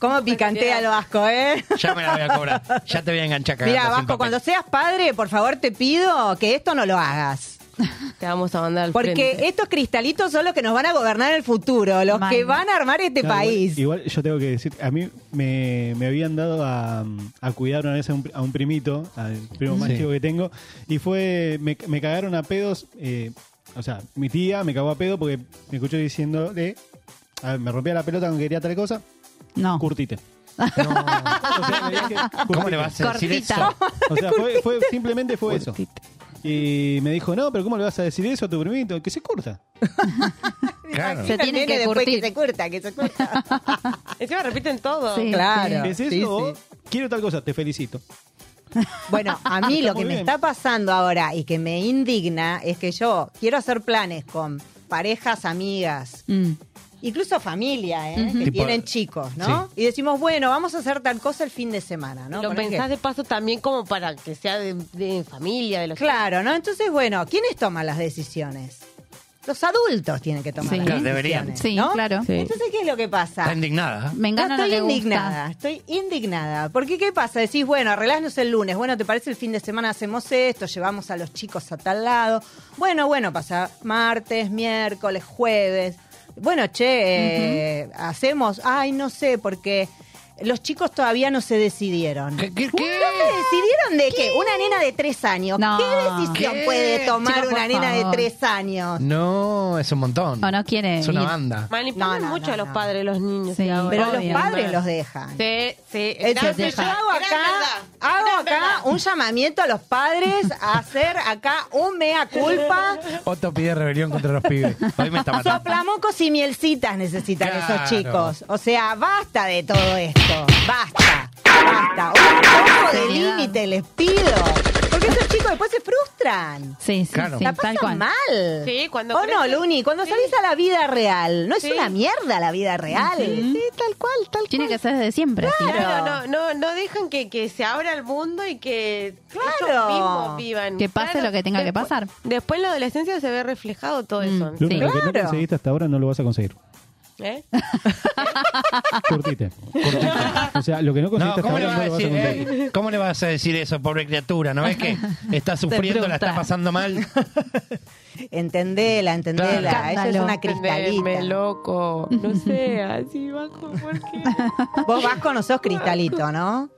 Cómo picantea lo asco, ¿eh? Ya me la voy a cobrar. Ya te voy a enganchar cagando Mira, sin Vasco, papel. cuando seas padre, por favor te pido que esto no lo hagas. Te vamos a mandar al Porque frente. estos cristalitos son los que nos van a gobernar el futuro, los que van a armar este Claro, país. Igual, igual yo tengo que decir, a mí me, me habían dado a, a cuidar una vez a un, a un primito, al primo más Sí. chico que tengo, y fue, me, me cagaron a pedos, eh, o sea, mi tía me cagó a pedo porque me escuchó diciendo, de, a ver, me rompía la pelota cuando quería tal cosa. No. Curtite. Ah. ¿Cómo le vas a decir eso? O sea, fue, fue- simplemente fue eso. Y me dijo, no, pero ¿cómo le vas a decir eso a tu primito? Que se curta. Imagínate Se tiene que después que se curta, que se curta. Encima repiten todo. claro. ¿Es eso? Ah, sí, o sí. Quiero tal cosa, te felicito. Bueno, a mí lo Está que muy me bien. está pasando ahora y que me indigna es que yo quiero hacer planes con parejas, amigas, Mm. incluso familia, ¿eh? Ujú. que Tipo- tienen chicos, ¿no? Y decimos, bueno, vamos a hacer tal cosa el fin de semana, ¿no? Lo Por ejemplo. pensás de paso también como para que sea de, de familia, de los Claro, ¿no? Entonces, bueno, ¿quiénes toman las decisiones? Los adultos tienen que tomar Sí. las Claro, decisiones. deberían. Sí, ¿no? claro. Sí. Entonces, ¿qué es lo que pasa? Está indignada. Me No, engana estoy lo que gusta. indignada, estoy indignada. Porque ¿qué pasa? Decís, bueno, arreglásnos el lunes, bueno, ¿te parece el fin de semana hacemos esto? Llevamos a los chicos a tal lado. Bueno, bueno, pasa martes, miércoles, jueves. Bueno, che, eh, hacemos, ay, no sé, porque los chicos todavía no se decidieron. ¿Qué, decidieron de qué? Una nena de tres años. ¿Qué decisión ¿Qué? puede tomar Chicos, una por nena de favor. tres años? No, es un montón. O no quiere Es una ir. banda. Manipulan mucho a los padres los niños. Sí, ahora. Pero Obvio. los padres los dejan. Sí, sí. Entonces, Gran- yo hago acá, Ah, hago acá un llamamiento a los padres a hacer acá un mea culpa. Otto pide rebelión contra los pibes. Hoy me está matando. Soplamocos y mielcitas necesitan Claro. esos chicos. O sea, basta de todo esto. Basta. Basta. Un poco de límite les pido. Porque esos chicos después se frustran. Sí, sí, Claro. sí, La tal pasan cual. mal. Sí, cuando O Oh, no, crecen- Luni, cuando salís a la vida real. No es Sí. una mierda la vida real. Sí, tal cual, tal Tiene que ser desde siempre. así. Claro, no, no, no dejan que, que se abra el mundo y que Claro. ellos mismos vivan. Que pase lo que tenga que pasar. Mm. Después en la adolescencia se ve reflejado todo eso. Luna, lo que no conseguiste hasta ahora no lo vas a conseguir. ¿Eh? Curtite. Curtite. O sea, lo que no No, conseguiste ¿cómo le, hasta vas a ahora no lo vas a decir, conseguir. eh? ¿Cómo le vas a decir eso, pobre criatura? ¿No ves que está sufriendo, la está frustra. pasando mal? Entendela, entendela. Claro. Ella es una Tenerme cristalita. loco. No sé, así bajo. ¿por qué? Vos vas con sos cristalito, ¿no?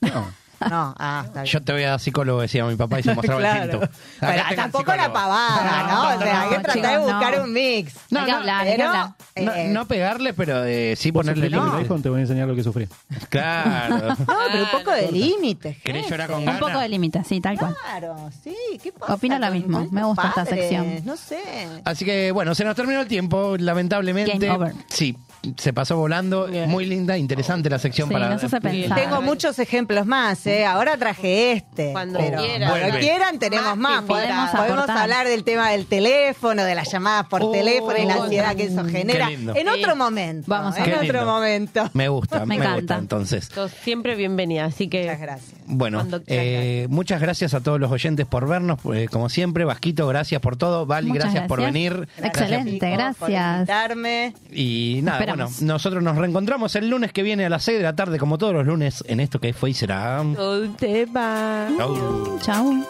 No. No, ah, está bien. Yo te voy a dar psicólogo, decía mi papá y se mostraba Claro. el cinto. Acá Pero tenés tampoco psicólogo. la pavada, ¿no? O sea, hay que no, tratar de chicos, buscar no. un mix. No, Hay que no, hablar, hay que pero, hablar. No, eh, no pegarle, pero eh, sí ponerle Sufriste lo que te límites. dijo, te voy a enseñar lo que sufrí. Claro. no, pero un poco de límites. ¿Querés llorar con Un poco ganas? de límite, sí, tal cual. Claro, sí, ¿qué pasa? Opino lo con- mismo, con estos me gusta esta padres? sección. No sé. Así que, bueno, se nos terminó el tiempo, lamentablemente. Game over. Sí, se pasó volando. Muy linda, interesante la sección Sí, para... nos hace pensar. Tengo muchos ejemplos más, ¿eh? Ahora traje este. Cuando pero quieran. Cuando Vuelve. quieran tenemos más. Podemos, podemos podemos aportar. hablar del tema del teléfono, de las llamadas por Oh, teléfono y la qué ansiedad que eso genera. lindo. En otro momento. Vamos a En Qué otro lindo. momento. Me gusta, Me me, encanta. gusta entonces. Sos siempre bienvenida, así que. Muchas gracias. Bueno, Cuando quieras, eh, muchas gracias a todos los oyentes por vernos, eh, como siempre. Vasquito, gracias por todo. Vali, Muchas gracias, por venir. Excelente, Por gracias. invitarme. Y nada, Esperamos. bueno, nosotros nos reencontramos el lunes que viene a las 6 de la tarde, como todos los lunes, en esto que fue y será. Todo un tema. Chau. Chau.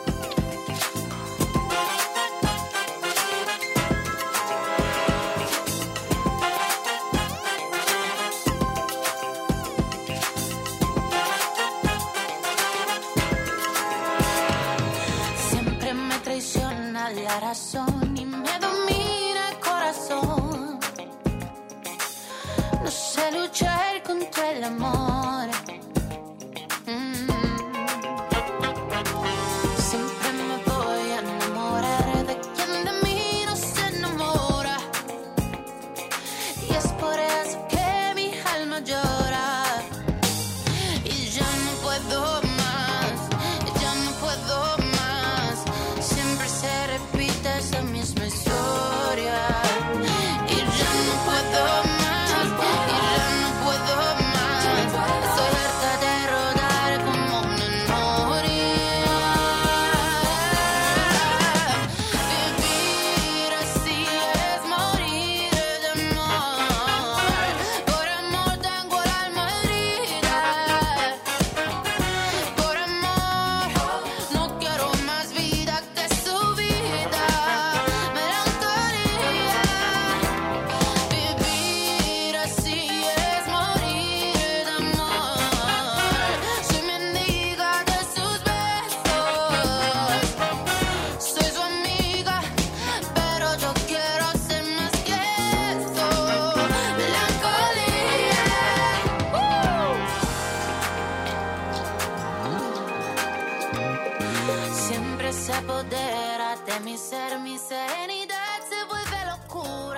Siempre me traiciona la razón y me domina el corazón. No sé luchar contra el amor. Mm. Siempre me voy a enamorar de quien de mí no se enamora. Y es por eso que mi alma llora. Y ya no puedo más, ya no puedo más. Siempre se repite esa misma historia. Y ya no puedo más, y ya no puedo más. se apodera de mi ser, mi serenidad se vuelve locura.